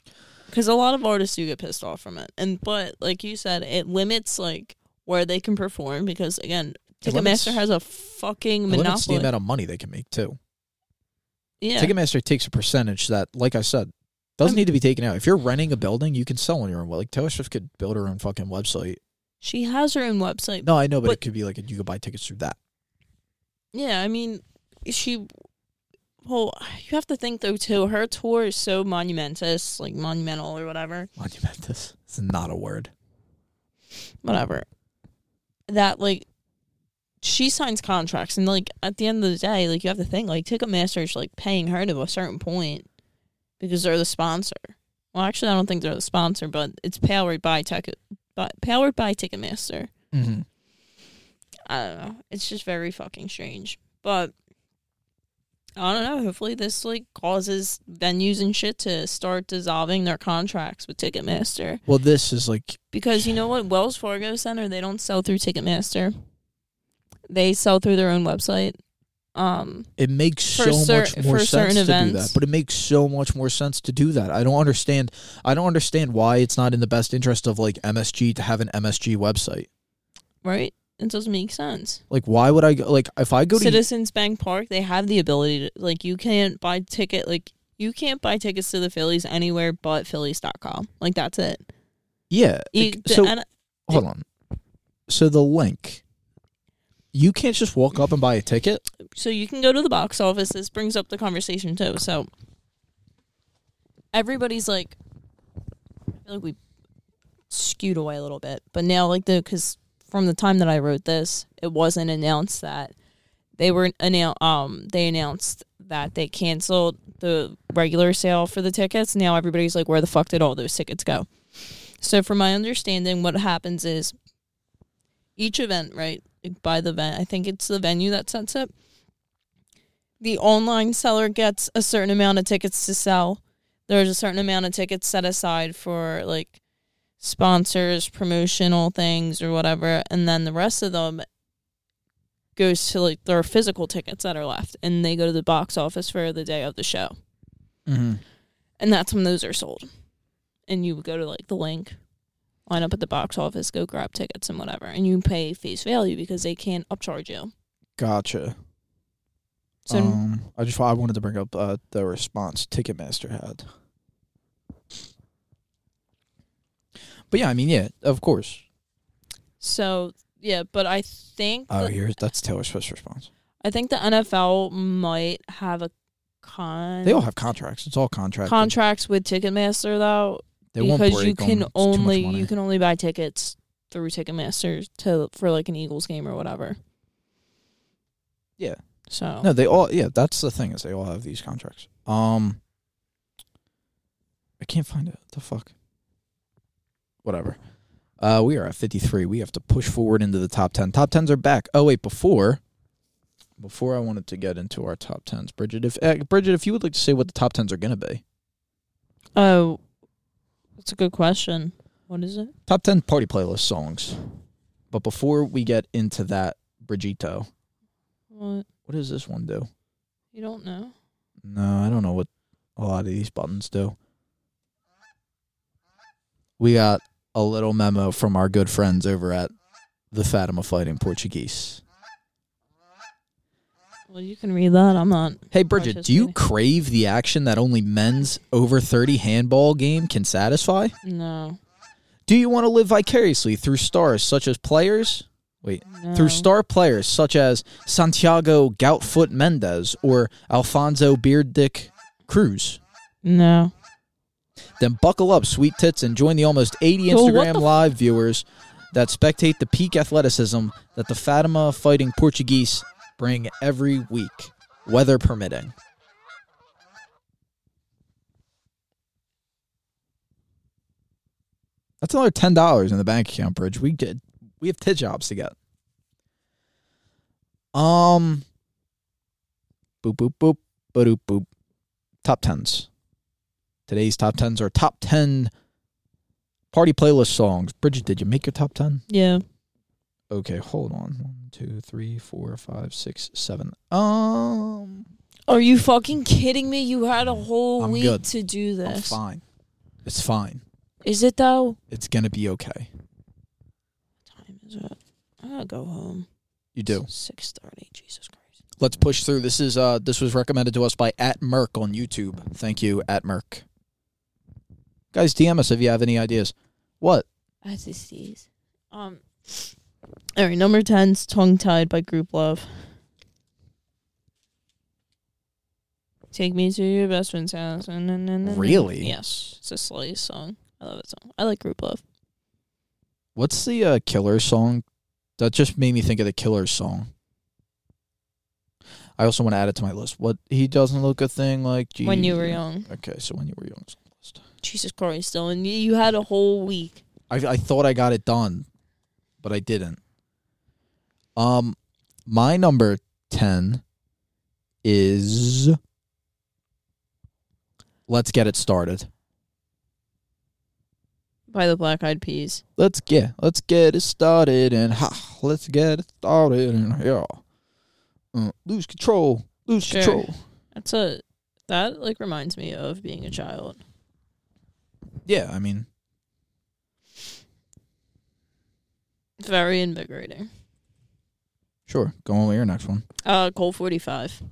[SPEAKER 6] because a lot of artists do get pissed off from it, and but like you said, it limits like where they can perform because again,
[SPEAKER 7] It limits-
[SPEAKER 6] Ticketmaster has a fucking
[SPEAKER 7] It limits the
[SPEAKER 6] monopoly.
[SPEAKER 7] amount of money they can make too.
[SPEAKER 6] yeah,
[SPEAKER 7] Ticketmaster takes a percentage that, like I said, doesn't need to be taken out. If you're renting a building, you can sell on your own. Like Taylor Swift could build her own fucking website.
[SPEAKER 6] she has her own website.
[SPEAKER 7] No, I know, but, it
[SPEAKER 6] But-
[SPEAKER 7] could be like you could buy tickets through that.
[SPEAKER 6] Yeah, I mean, she. Well, you have to think though too. Her tour is so monumentous, like monumental or whatever.
[SPEAKER 7] Monumentous. It's not a word.
[SPEAKER 6] whatever that like she signs contracts and like at the end of the day like you have to think like ticketmaster is like paying her to a certain point because they're the sponsor well actually i don't think they're the sponsor but it's powered by ticket but powered by ticketmaster
[SPEAKER 7] Mm-hmm.
[SPEAKER 6] i don't know it's just very fucking strange but i don't know hopefully this like causes venues and shit to start dissolving their contracts with ticketmaster
[SPEAKER 7] Well, this is like
[SPEAKER 6] because you know what? Wells Fargo Center, they don't sell through Ticketmaster. They sell through their own website. Um,
[SPEAKER 7] it makes
[SPEAKER 6] For
[SPEAKER 7] so
[SPEAKER 6] cer-
[SPEAKER 7] much more
[SPEAKER 6] for
[SPEAKER 7] sense
[SPEAKER 6] certain
[SPEAKER 7] to do that.
[SPEAKER 6] events.
[SPEAKER 7] But it makes so much more sense to do that. I don't understand. I don't understand why it's not in the best interest of like MSG to have an MSG website.
[SPEAKER 6] right? It doesn't make sense.
[SPEAKER 7] Like, why would I go? Like, if I go to
[SPEAKER 6] Citizens Bank Park, they have the ability to like you can't buy ticket like you can't buy tickets to the Phillies anywhere but Phillies.com. Like that's it.
[SPEAKER 7] yeah,
[SPEAKER 6] You,
[SPEAKER 7] like, so
[SPEAKER 6] and-
[SPEAKER 7] hold on. So the link, you can't just walk up and buy a ticket.
[SPEAKER 6] so you can go to the box office. This brings up the conversation too. So everybody's like, I feel like we skewed away a little bit, but now like the because from the time that I wrote this, it wasn't announced that they were annou- um they announced that they canceled the regular sale for the tickets. Now everybody's like, where the fuck did all those tickets go? So from my understanding, what happens is each event, right? like, By the event, I think it's the venue that sets it the online seller gets a certain amount of tickets to sell. There's a certain amount of tickets set aside for like sponsors, promotional things, or whatever, and then the rest of them goes to like their physical tickets that are left, and they go to the box office for the day of the show,
[SPEAKER 7] Mm-hmm.
[SPEAKER 6] and that's when those are sold. And you would go to like the link, line up at the box office, go grab tickets and whatever, and you pay face value because they can't upcharge you.
[SPEAKER 7] Gotcha.
[SPEAKER 6] So
[SPEAKER 7] um, I just I wanted to bring up uh, the response Ticketmaster had. But yeah, I mean, yeah, of course.
[SPEAKER 6] so yeah, but I think
[SPEAKER 7] Oh,
[SPEAKER 6] the-
[SPEAKER 7] here's that's Taylor Swift's response.
[SPEAKER 6] I think the NFL might have a con
[SPEAKER 7] They all have contracts. It's all contract.
[SPEAKER 6] contracts with Ticketmaster though,
[SPEAKER 7] they won't
[SPEAKER 6] because you
[SPEAKER 7] break 'em.
[SPEAKER 6] can
[SPEAKER 7] It's too much
[SPEAKER 6] only
[SPEAKER 7] money.
[SPEAKER 6] you can only buy tickets through Ticketmaster to for like an Eagles game or whatever.
[SPEAKER 7] Yeah.
[SPEAKER 6] So
[SPEAKER 7] No, they all yeah, that's the thing is they all have these contracts. Um I can't find it. The fuck. Whatever. Uh we are at 53. We have to push forward into the top 10. Top 10s are back. Oh wait, before before I wanted to get into our top 10s, Bridget, if uh, Bridget, if you would like to say what the top 10s are going to be.
[SPEAKER 6] oh, that's a good question. What is it?
[SPEAKER 7] Top 10 party playlist songs. But before we get into that, Brigito,
[SPEAKER 6] What
[SPEAKER 7] what does this one do?
[SPEAKER 6] you don't know?
[SPEAKER 7] No, I don't know what a lot of these buttons do. We got a little memo from our good friends over at the Fatima Fighting Portuguese.
[SPEAKER 6] Well, you can read that. I'm not.
[SPEAKER 7] Hey, Bridget, do you
[SPEAKER 6] Participating.
[SPEAKER 7] crave the action that only men's over 30 handball game can satisfy?
[SPEAKER 6] No.
[SPEAKER 7] Do you want to live vicariously through stars such as players? Wait, through star players such as Santiago Goutfoot Mendez or Alfonso Beard Dick Cruz?
[SPEAKER 6] No.
[SPEAKER 7] Then buckle up, sweet tits, and join the almost 80
[SPEAKER 6] Well, what
[SPEAKER 7] Instagram
[SPEAKER 6] the f-
[SPEAKER 7] live viewers that spectate the peak athleticism that the Fatima fighting Portuguese bring every week, weather permitting. That's another ten dollars in the bank account, Bridge. We did. We have tit jobs to get. Um. Boop boop boop. Boop boop. Top tens. Today's top tens are top ten party playlist songs. Bridget, did you make your top ten?
[SPEAKER 6] Yeah.
[SPEAKER 7] Okay, hold on. One, two, three, four, five, six, seven. Um,
[SPEAKER 6] Are you fucking kidding me? You had a whole
[SPEAKER 7] I'm
[SPEAKER 6] week
[SPEAKER 7] good.
[SPEAKER 6] to do
[SPEAKER 7] I'm
[SPEAKER 6] this.
[SPEAKER 7] fine. It's fine.
[SPEAKER 8] Is it though?
[SPEAKER 7] It's gonna be okay.
[SPEAKER 6] Time is up. I gotta go home.
[SPEAKER 7] You do.
[SPEAKER 6] Six thirty. Jesus Christ.
[SPEAKER 7] Let's push through. This is uh this was recommended to us by at Merck on YouTube. Thank you, at Merck. Guys, DM us if you have any ideas. What?
[SPEAKER 6] I have to sneeze. Um. All right, number ten's tongue tied by group love. Take me to your best friend's house. Na, na, na, na, na.
[SPEAKER 7] Really?
[SPEAKER 6] Yes, it's a Sly song. I love that song. I like group love.
[SPEAKER 7] What's the uh, killer song? That just made me think of the killer song. I also want to add it to my list. What he doesn't look a thing like
[SPEAKER 6] When you
[SPEAKER 7] Jesus.
[SPEAKER 6] were young,
[SPEAKER 7] Okay, so when you were young,
[SPEAKER 6] Jesus Christ, Dylan, you, you had a whole week.
[SPEAKER 7] I I thought I got it done, but I didn't. Um, my number ten is let's get it started.
[SPEAKER 6] by the Black Eyed Peas.
[SPEAKER 7] Let's get let's get it started and ha, let's get it started and yeah, Uh, lose control, lose
[SPEAKER 6] Sure.
[SPEAKER 7] control.
[SPEAKER 6] That's a that like reminds me of being a child.
[SPEAKER 7] Yeah, I mean,
[SPEAKER 6] Very invigorating.
[SPEAKER 7] sure. Go on with your next one.
[SPEAKER 6] Uh, Cole forty five.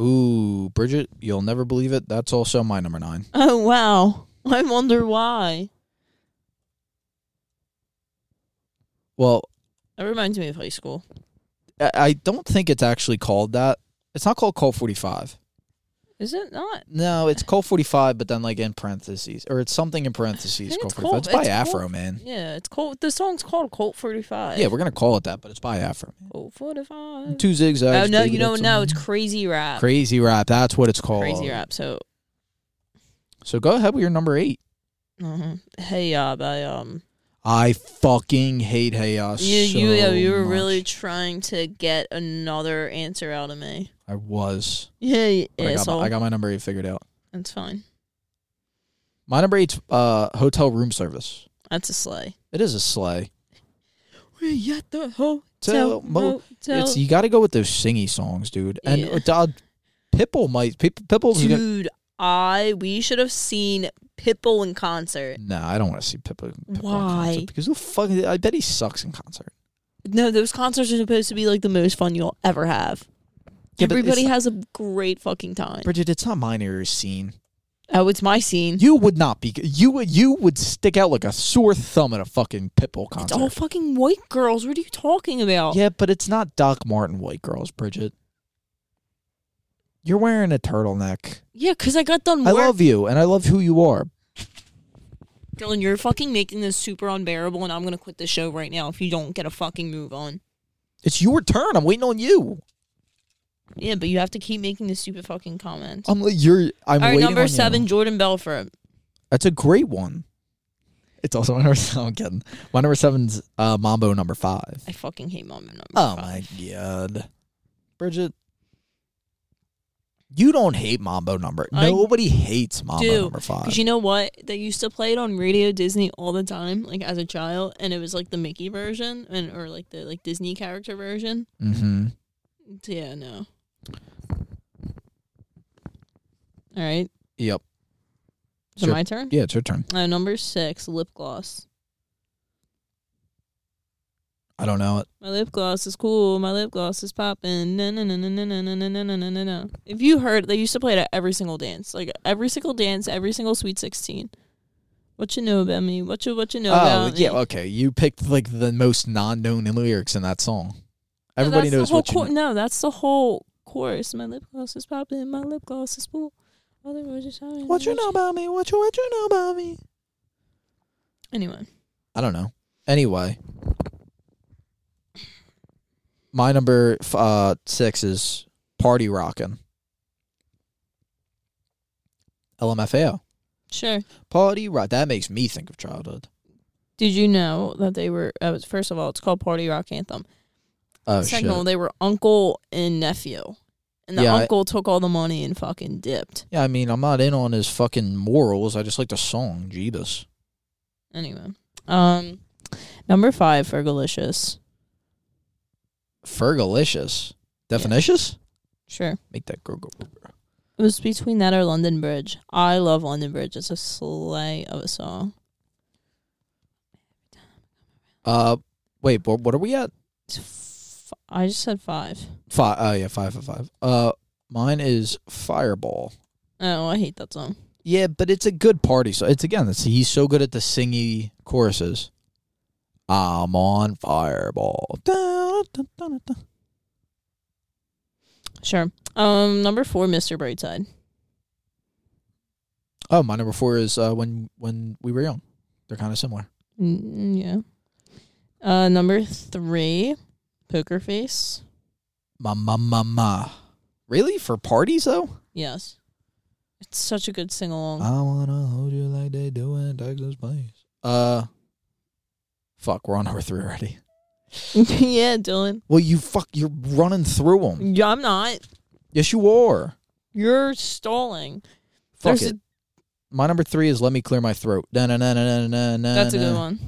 [SPEAKER 7] Ooh, Bridget, you'll never believe it. That's also my number nine.
[SPEAKER 6] Oh wow! I wonder why.
[SPEAKER 7] Well,
[SPEAKER 6] That reminds me of high school.
[SPEAKER 7] I- I don't think it's actually called that. It's not called Call 45.
[SPEAKER 6] Is it not?
[SPEAKER 7] No, it's Call 45, but then like in parentheses, or it's something in parentheses.
[SPEAKER 6] think
[SPEAKER 7] Call
[SPEAKER 6] it's
[SPEAKER 7] 45.
[SPEAKER 6] called-
[SPEAKER 7] it's by
[SPEAKER 6] it's called-
[SPEAKER 7] Afro Man.
[SPEAKER 6] Yeah, it's Colt. The song's called Colt forty five.
[SPEAKER 7] Yeah, we're gonna call it that, but it's by Afro Man.
[SPEAKER 6] Colt forty five.
[SPEAKER 7] Two
[SPEAKER 6] Oh
[SPEAKER 7] zigzags.
[SPEAKER 6] no,
[SPEAKER 7] baby,
[SPEAKER 6] you know
[SPEAKER 7] that's
[SPEAKER 6] no,
[SPEAKER 7] all.
[SPEAKER 6] it's crazy rap.
[SPEAKER 7] crazy rap. That's what it's called.
[SPEAKER 6] Crazy rap. So,
[SPEAKER 7] So go ahead with your number eight.
[SPEAKER 6] uh hey ya by um,
[SPEAKER 7] I fucking hate Hey Ya
[SPEAKER 6] you you
[SPEAKER 7] so
[SPEAKER 6] you were
[SPEAKER 7] much.
[SPEAKER 6] really trying to get another answer out of me.
[SPEAKER 7] I was.
[SPEAKER 6] Yeah, you
[SPEAKER 7] But I got,
[SPEAKER 6] asshole.
[SPEAKER 7] my, I got my number eight figured out.
[SPEAKER 6] That's fine.
[SPEAKER 7] My number eight's uh, hotel room service.
[SPEAKER 6] That's a sleigh.
[SPEAKER 7] It is a sleigh.
[SPEAKER 6] We at the hotel.
[SPEAKER 7] Tell mo-
[SPEAKER 6] motel.
[SPEAKER 7] It's you got to go with those singy songs, dude. And
[SPEAKER 6] Yeah.
[SPEAKER 7] uh, Pipple might Pip- Pipple's gonna,
[SPEAKER 6] Dude, I we should have seen Pitbull in concert.
[SPEAKER 7] Nah, I don't want to see Pipple. Pipple in concert
[SPEAKER 6] Why?
[SPEAKER 7] because who the fuck? I bet he sucks in concert.
[SPEAKER 6] No, those concerts are supposed to be like the most fun you'll ever have.
[SPEAKER 7] Yeah, but
[SPEAKER 6] Everybody
[SPEAKER 7] it's-
[SPEAKER 6] has a great fucking time.
[SPEAKER 7] Bridget, it's not mine or your scene.
[SPEAKER 6] Oh, it's my scene.
[SPEAKER 7] You would not be. You would- you would stick out like a sore thumb at a fucking Pitbull
[SPEAKER 6] it's
[SPEAKER 7] concert.
[SPEAKER 6] all fucking white girls. What are you talking about?
[SPEAKER 7] yeah, but it's not Doc Martin white girls, Bridget. You're wearing a turtleneck.
[SPEAKER 6] Yeah, because I got done
[SPEAKER 7] I
[SPEAKER 6] work.
[SPEAKER 7] love you, and I love who you are.
[SPEAKER 6] Dylan, you're fucking making this super unbearable, and I'm gonna quit the show right now if you don't get a fucking move on.
[SPEAKER 7] It's your turn. I'm waiting on you.
[SPEAKER 6] Yeah, but you have to keep making this stupid fucking comment.
[SPEAKER 7] I'm. li- You're.
[SPEAKER 6] All
[SPEAKER 7] I'm
[SPEAKER 6] right,
[SPEAKER 7] waiting
[SPEAKER 6] number
[SPEAKER 7] on
[SPEAKER 6] seven,
[SPEAKER 7] You.
[SPEAKER 6] Jordan Belfort.
[SPEAKER 7] That's a great one. It's also my number seven. I'm kidding. My number seven's uh, Mambo number five.
[SPEAKER 6] I fucking hate mom and number
[SPEAKER 7] Oh
[SPEAKER 6] five.
[SPEAKER 7] my god, Bridget, you don't hate Mambo number.
[SPEAKER 6] I
[SPEAKER 7] Nobody hates Mambo
[SPEAKER 6] do,
[SPEAKER 7] number five.
[SPEAKER 6] Because you know what? They used to play it on Radio Disney all the time, like as a child, and it was like the Mickey version and or like the like Disney character version.
[SPEAKER 7] mm-hmm.
[SPEAKER 6] So, Yeah, no. All right,
[SPEAKER 7] Yep.
[SPEAKER 6] is it
[SPEAKER 7] Sure.
[SPEAKER 6] my turn?
[SPEAKER 7] Yeah, it's your turn.
[SPEAKER 6] Uh, number six, lip gloss.
[SPEAKER 7] I don't know it.
[SPEAKER 6] My lip gloss is cool. My lip gloss is popping. No, no, no, no, no, no, no, no, no, no, no, no. If you heard, they used to play it at every single dance, like every single dance, every single Sweet Sixteen. What you know about me? What you what you know
[SPEAKER 7] oh
[SPEAKER 6] about me?
[SPEAKER 7] yeah, okay. You picked like the most non-known lyrics in that song. Everybody
[SPEAKER 6] that's the
[SPEAKER 7] knows
[SPEAKER 6] whole
[SPEAKER 7] what you.
[SPEAKER 6] chor- No, that's the whole chorus. My lip gloss is popping. My lip gloss is full. Other words are shouting,
[SPEAKER 7] What you know about me? What you what you know about me?
[SPEAKER 6] Anyway,
[SPEAKER 7] I don't know. Anyway, my number f- uh, six is Party Rockin'. LMFAO.
[SPEAKER 6] sure.
[SPEAKER 7] Party Rock. That makes me think of childhood.
[SPEAKER 6] Did you know that they were? Uh, first of all, it's called Party Rock Anthem.
[SPEAKER 7] Oh,
[SPEAKER 6] Second of all,
[SPEAKER 7] shit.
[SPEAKER 6] they were uncle and nephew, and the
[SPEAKER 7] Yeah, I-
[SPEAKER 6] uncle took all the money and fucking dipped.
[SPEAKER 7] Yeah, I mean, I'm not in on his fucking morals. I just like the song, Jeebus.
[SPEAKER 6] Anyway, um, number five, Fergalicious.
[SPEAKER 7] Fergalicious. Definitious?
[SPEAKER 6] Sure.
[SPEAKER 7] Make that go go. go, go.
[SPEAKER 6] It was between that or London Bridge. I love London Bridge. It's a sleigh of a song.
[SPEAKER 7] Uh, wait, but what are we at?
[SPEAKER 6] It's f- I just said five.
[SPEAKER 7] Five. Oh yeah, five for five. Uh, mine is Fireball.
[SPEAKER 6] Oh, I hate that song.
[SPEAKER 7] Yeah, but it's a good party. So it's again, it's, he's so good at the singy choruses. I'm on Fireball. Da, da, da, da, da.
[SPEAKER 6] Sure. Um, number four, Mr. Brightside.
[SPEAKER 7] Oh, my number four is uh, when when we were young. They're kind of similar.
[SPEAKER 6] Mm, yeah. Uh, number three, Poker Face.
[SPEAKER 7] Ma ma ma ma. Really for parties though?
[SPEAKER 6] Yes. It's such a good sing along.
[SPEAKER 7] I wanna hold you like they do in Texas Place. Uh, fuck, we're on number three already.
[SPEAKER 6] yeah, Dylan.
[SPEAKER 7] Well, you fuck, you're running through them.
[SPEAKER 6] Yeah, I'm not.
[SPEAKER 7] Yes, you are.
[SPEAKER 6] You're stalling.
[SPEAKER 7] Fuck
[SPEAKER 6] There's
[SPEAKER 7] it.
[SPEAKER 6] a-
[SPEAKER 7] My number three is "Let Me Clear My Throat." That's
[SPEAKER 6] That's a
[SPEAKER 7] Uh,
[SPEAKER 6] good one.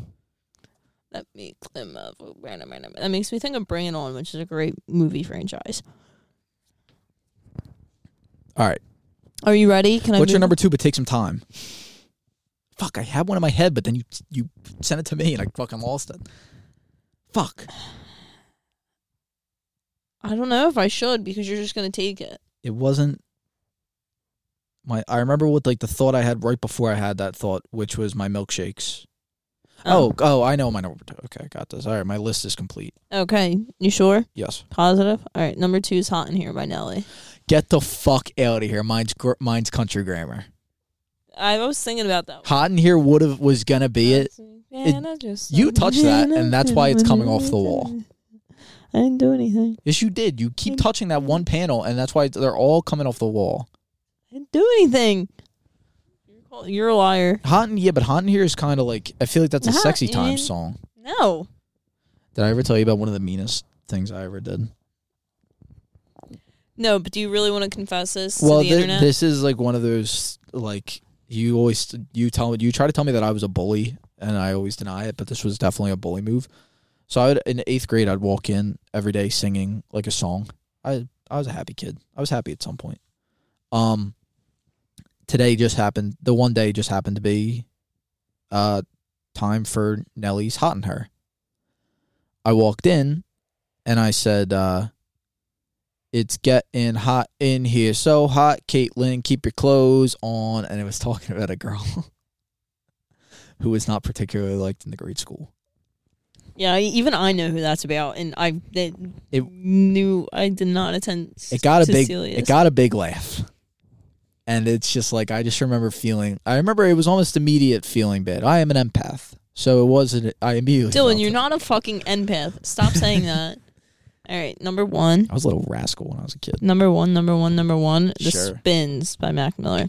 [SPEAKER 6] Let me climb up. Random, random. That makes me think of Bring It On, which is a great movie franchise.
[SPEAKER 7] All right,
[SPEAKER 6] Are you ready? Can I?
[SPEAKER 7] what's your
[SPEAKER 6] move-
[SPEAKER 7] number two? But take some time. Fuck, I had one in my head, but then you you sent it to me, and I fucking lost it. Fuck.
[SPEAKER 6] I don't know if I should because you're just gonna take it.
[SPEAKER 7] it wasn't my I remember what like the thought I had right before I had that thought, which was my milkshakes. Oh, oh, I know my number two. Okay, I got this. All right, my list is complete.
[SPEAKER 6] Okay. You sure?
[SPEAKER 7] Yes.
[SPEAKER 6] Positive. All right. Number two is Hot in Here by Nelly.
[SPEAKER 7] Get the fuck out of here. Mine's gr- mine's country grammar.
[SPEAKER 6] I was thinking about that.
[SPEAKER 7] Hot in here would have was gonna be it. you touched that, and that's why it's coming off the wall.
[SPEAKER 6] I didn't do anything.
[SPEAKER 7] Yes, you did. You keep touching that one panel, and that's why they're all coming off the wall.
[SPEAKER 6] I didn't do anything. You're call- You're a liar.
[SPEAKER 7] Hot in yeah, but hot in here is kind of like I feel like that's a
[SPEAKER 6] Hot
[SPEAKER 7] sexy
[SPEAKER 6] in-
[SPEAKER 7] time song.
[SPEAKER 6] No.
[SPEAKER 7] Did I ever tell you about one of the meanest things I ever did?
[SPEAKER 6] No, but do you really want to confess this
[SPEAKER 7] well,
[SPEAKER 6] to the
[SPEAKER 7] thi-
[SPEAKER 6] internet?
[SPEAKER 7] this is like one of those like you always you tell you try to tell me that I was a bully, and I always deny it. But this was definitely a bully move. So I would in eighth grade, I'd walk in every day singing like a song. I I was a happy kid. I was happy at some point. Um, today just happened. The one day just happened to be, uh, time for Nellie's hot in her. I walked in, and I said, uh. It's getting hot in here. So hot, Caitlin. Keep your clothes on. And it was talking about a girl who was not particularly liked in the grade school.
[SPEAKER 6] yeah, I- even I know who that's about, and I they
[SPEAKER 7] It-
[SPEAKER 6] knew I did not attend.
[SPEAKER 7] It got a big
[SPEAKER 6] Cecilia's.
[SPEAKER 7] it got a big laugh. And it's just like I just remember feeling I remember it was almost immediate feeling bad. I am an empath. So it wasn't I immediately
[SPEAKER 6] Dylan,
[SPEAKER 7] felt
[SPEAKER 6] you're
[SPEAKER 7] it.
[SPEAKER 6] not a fucking empath. Stop saying that. All right, number one,
[SPEAKER 7] I was a little rascal when I was a kid.
[SPEAKER 6] number one, number one, number one. The
[SPEAKER 7] Sure.
[SPEAKER 6] Spins by Mac Miller.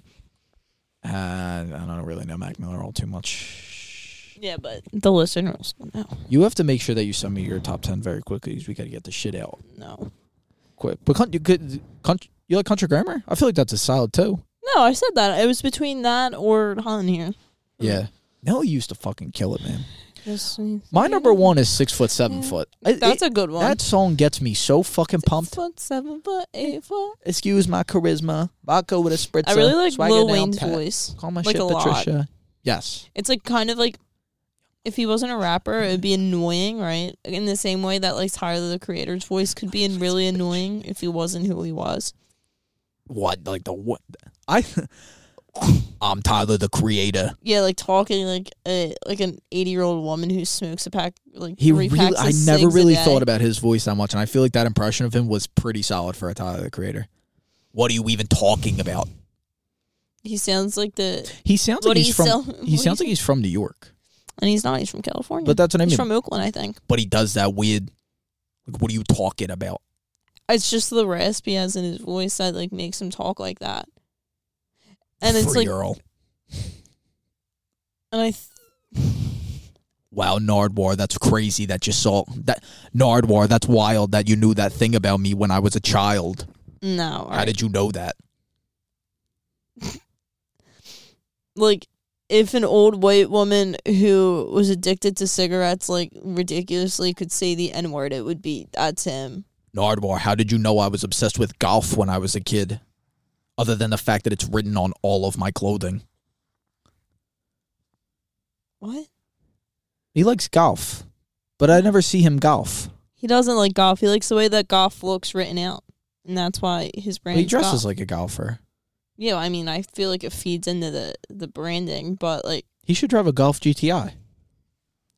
[SPEAKER 7] Uh, I don't really know Mac Miller all too much.
[SPEAKER 6] Yeah, but the listeners will know.
[SPEAKER 7] You have to make sure that you send me your top ten very quickly because we gotta get the shit out.
[SPEAKER 6] No,
[SPEAKER 7] quick. But con- you could country, you like country grammar? I feel like that's a solid too.
[SPEAKER 6] no, I said that it was between that or Hot in Here.
[SPEAKER 7] Yeah. Nelly used to fucking kill it, man.
[SPEAKER 6] Just-
[SPEAKER 7] My number one is six foot, seven foot. I-
[SPEAKER 6] That's
[SPEAKER 7] it-
[SPEAKER 6] a good one.
[SPEAKER 7] That song gets me so fucking pumped.
[SPEAKER 6] Foot seven foot eight foot.
[SPEAKER 7] Excuse my charisma. Vodka with a spritzer.
[SPEAKER 6] I really like
[SPEAKER 7] swagger
[SPEAKER 6] Lil
[SPEAKER 7] down
[SPEAKER 6] Wayne's
[SPEAKER 7] pat.
[SPEAKER 6] voice.
[SPEAKER 7] Call my
[SPEAKER 6] like
[SPEAKER 7] shit
[SPEAKER 6] a lot.
[SPEAKER 7] Patricia. Yes.
[SPEAKER 6] It's like kind of like if he wasn't a rapper, it would be annoying, right? In the same way that like Tyler the Creator's voice could be really annoying if he wasn't who he was.
[SPEAKER 7] What? Like the what? I. I'm Tyler the Creator.
[SPEAKER 6] Yeah, like talking like a like an eighty year old woman who smokes a pack like
[SPEAKER 7] He
[SPEAKER 6] three
[SPEAKER 7] really.
[SPEAKER 6] packs of
[SPEAKER 7] I never
[SPEAKER 6] cigs a
[SPEAKER 7] really
[SPEAKER 6] day.
[SPEAKER 7] thought about his voice that much, and I feel like that impression of him was pretty solid for a Tyler the Creator. What are you even talking about?
[SPEAKER 6] He sounds like the
[SPEAKER 7] He sounds
[SPEAKER 6] What
[SPEAKER 7] like
[SPEAKER 6] do
[SPEAKER 7] he's
[SPEAKER 6] you
[SPEAKER 7] from.
[SPEAKER 6] sell- what do
[SPEAKER 7] He
[SPEAKER 6] you
[SPEAKER 7] sounds like
[SPEAKER 6] sell?
[SPEAKER 7] he's from New York,
[SPEAKER 6] and he's not. He's from California,
[SPEAKER 7] But that's what I
[SPEAKER 6] He's
[SPEAKER 7] mean.
[SPEAKER 6] from Oakland, I think.
[SPEAKER 7] but he does that weird. Like, what are you talking about?
[SPEAKER 6] It's just the rasp he has in his voice that like makes him talk like that. And it's like,
[SPEAKER 7] Three-year-old.
[SPEAKER 6] and I th-
[SPEAKER 7] wow, Nardwar, that's crazy that you saw that Nardwar. That's wild that you knew that thing about me when I was a child.
[SPEAKER 6] no, all
[SPEAKER 7] How
[SPEAKER 6] right.
[SPEAKER 7] did you know that?
[SPEAKER 6] like if an old white woman who was addicted to cigarettes like ridiculously could say the n word it would be that's him
[SPEAKER 7] Nardwar, how did you know I was obsessed with golf when I was a kid? other than the fact that it's written on all of my clothing.
[SPEAKER 6] What?
[SPEAKER 7] He likes golf, but I never see him golf.
[SPEAKER 6] He doesn't like golf. He likes the way that golf looks written out, and that's why his brand.
[SPEAKER 7] he dresses like a golfer.
[SPEAKER 6] Yeah, I mean, I feel like it feeds into the the branding, but like
[SPEAKER 7] He should drive a golf GTI.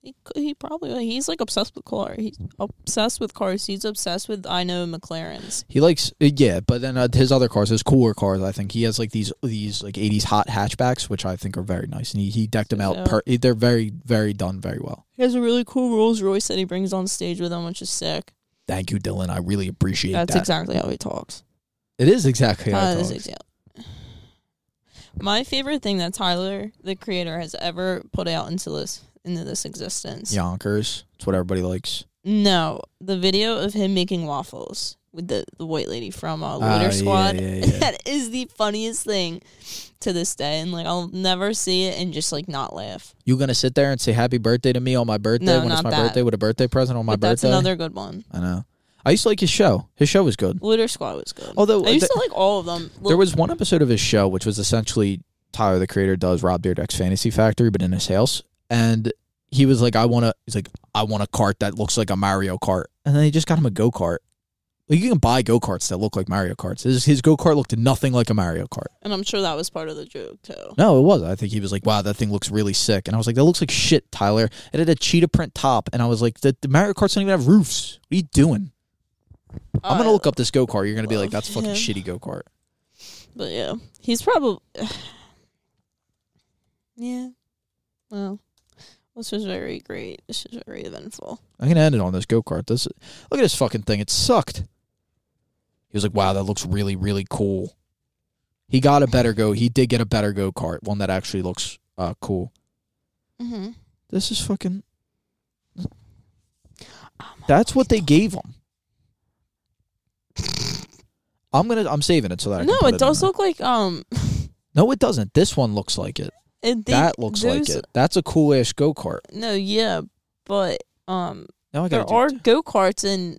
[SPEAKER 6] he, c- he probably he's like obsessed with cars. He's obsessed with cars. He's obsessed with I know McLarens.
[SPEAKER 7] He likes uh, yeah, but then uh, his other cars, his cooler cars, I think he has like these these like '80s hot hatchbacks, which I think are very nice, and he, he decked them out.
[SPEAKER 6] Yeah.
[SPEAKER 7] Per- they're very very done very well.
[SPEAKER 6] He has a really cool Rolls Royce that he brings on stage with him, which is sick.
[SPEAKER 7] Thank you, Dylan. I really appreciate
[SPEAKER 6] That's
[SPEAKER 7] that.
[SPEAKER 6] exactly how he talks.
[SPEAKER 7] it is exactly how
[SPEAKER 6] Tyler
[SPEAKER 7] it
[SPEAKER 6] is
[SPEAKER 7] talks.
[SPEAKER 6] exa- My favorite thing that Tyler, the creator, has ever put out into this into this existence.
[SPEAKER 7] Yonkers. It's what everybody likes.
[SPEAKER 6] No, the video of him making waffles with the, the white lady from uh, Loader
[SPEAKER 7] Ah, yeah,
[SPEAKER 6] Squad.
[SPEAKER 7] yeah, yeah.
[SPEAKER 6] that is the funniest thing to this day, and like I'll never see it and just like not laugh.
[SPEAKER 7] You gonna sit there and say happy birthday to me on my birthday
[SPEAKER 6] No,
[SPEAKER 7] when it's
[SPEAKER 6] not
[SPEAKER 7] my
[SPEAKER 6] that.
[SPEAKER 7] birthday with a birthday present on my
[SPEAKER 6] but that's
[SPEAKER 7] birthday?
[SPEAKER 6] another good one.
[SPEAKER 7] I know. I used to like his show. His show was good.
[SPEAKER 6] Loader Squad was good.
[SPEAKER 7] Although,
[SPEAKER 6] I used
[SPEAKER 7] uh,
[SPEAKER 6] to like all of them.
[SPEAKER 7] There was one episode of his show which was essentially Tyler the Creator does Rob Dyrdek's Fantasy Factory, but in his house, and he was like, "I want to." He's like, "I want a cart that looks like a Mario Kart," and then he just got him a go kart. Like you can buy go karts that look like Mario karts. His, his go kart looked nothing like a Mario kart.
[SPEAKER 6] and I'm sure that was part of the joke too.
[SPEAKER 7] No, it was. I think he was like, "Wow, that thing looks really sick," and I was like, "That looks like shit, Tyler." It had a cheetah print top, and I was like, "The, the Mario karts don't even have roofs. What are you doing?" I'm gonna
[SPEAKER 6] I-
[SPEAKER 7] look up this go kart. You're gonna be like,
[SPEAKER 6] love
[SPEAKER 7] "That's fucking
[SPEAKER 6] him.
[SPEAKER 7] shitty go kart."
[SPEAKER 6] But yeah, he's probably. yeah. Well, this was very great. This was very eventful.
[SPEAKER 7] I'm gonna end it on this go kart. This look at this fucking thing. It sucked. He was like, "Wow, that looks really, really cool." He got a better go. He did get a better go kart, one that actually looks uh, cool.
[SPEAKER 6] Mm-hmm.
[SPEAKER 7] This is fucking. That's what they gave him. I'm gonna. I'm saving it so that I can
[SPEAKER 6] No,
[SPEAKER 7] put
[SPEAKER 6] it
[SPEAKER 7] in
[SPEAKER 6] does
[SPEAKER 7] there.
[SPEAKER 6] look like um.
[SPEAKER 7] No, it doesn't. This one looks like it.
[SPEAKER 6] It, they-
[SPEAKER 7] that looks like
[SPEAKER 6] those-
[SPEAKER 7] it. That's a cool ass go kart.
[SPEAKER 6] No, yeah, but um,
[SPEAKER 7] Now I
[SPEAKER 6] there
[SPEAKER 7] got.
[SPEAKER 6] are go karts in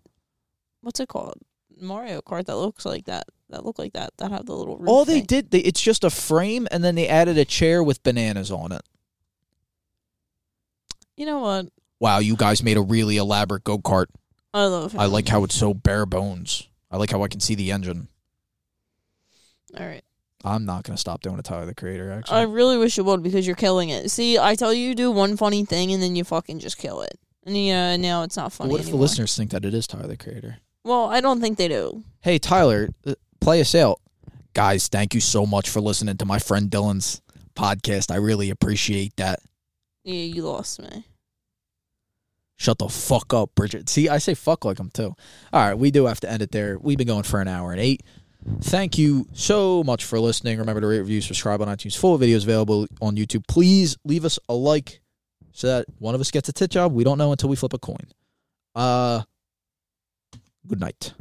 [SPEAKER 6] what's it called Mario Kart that looks like that. That look like that. That have the little. Roof
[SPEAKER 7] All they
[SPEAKER 6] thing.
[SPEAKER 7] did, they, it's just a frame, and then they added a chair with bananas on it.
[SPEAKER 6] You know what?
[SPEAKER 7] wow, you guys made a really elaborate go kart.
[SPEAKER 6] I love. Him.
[SPEAKER 7] I like how it's so bare bones. I like how I can see the engine.
[SPEAKER 6] All right.
[SPEAKER 7] I'm not gonna stop doing a Tyler the Creator. Actually,
[SPEAKER 6] I really wish you would because you're killing it. See, I tell you, you do one funny thing and then you fucking just kill it. And yeah, now it's not
[SPEAKER 7] but
[SPEAKER 6] funny.
[SPEAKER 7] what if the
[SPEAKER 6] anymore.
[SPEAKER 7] listeners think that it is Tyler the Creator?
[SPEAKER 6] Well, I don't think they do.
[SPEAKER 7] Hey, Tyler, uh, play us out, guys. Thank you so much for listening to my friend Dylan's podcast. I really appreciate that.
[SPEAKER 6] Yeah, you lost me.
[SPEAKER 7] Shut the fuck up, Bridget. See, I say fuck like I'm too. All right, we do have to end it there. We've been going for an hour and eight. Thank you so much for listening. Remember to rate, review, subscribe on iTunes. Full videos available on YouTube. Please leave us a like so that one of us gets a tit job. We don't know until we flip a coin. Uh, good night.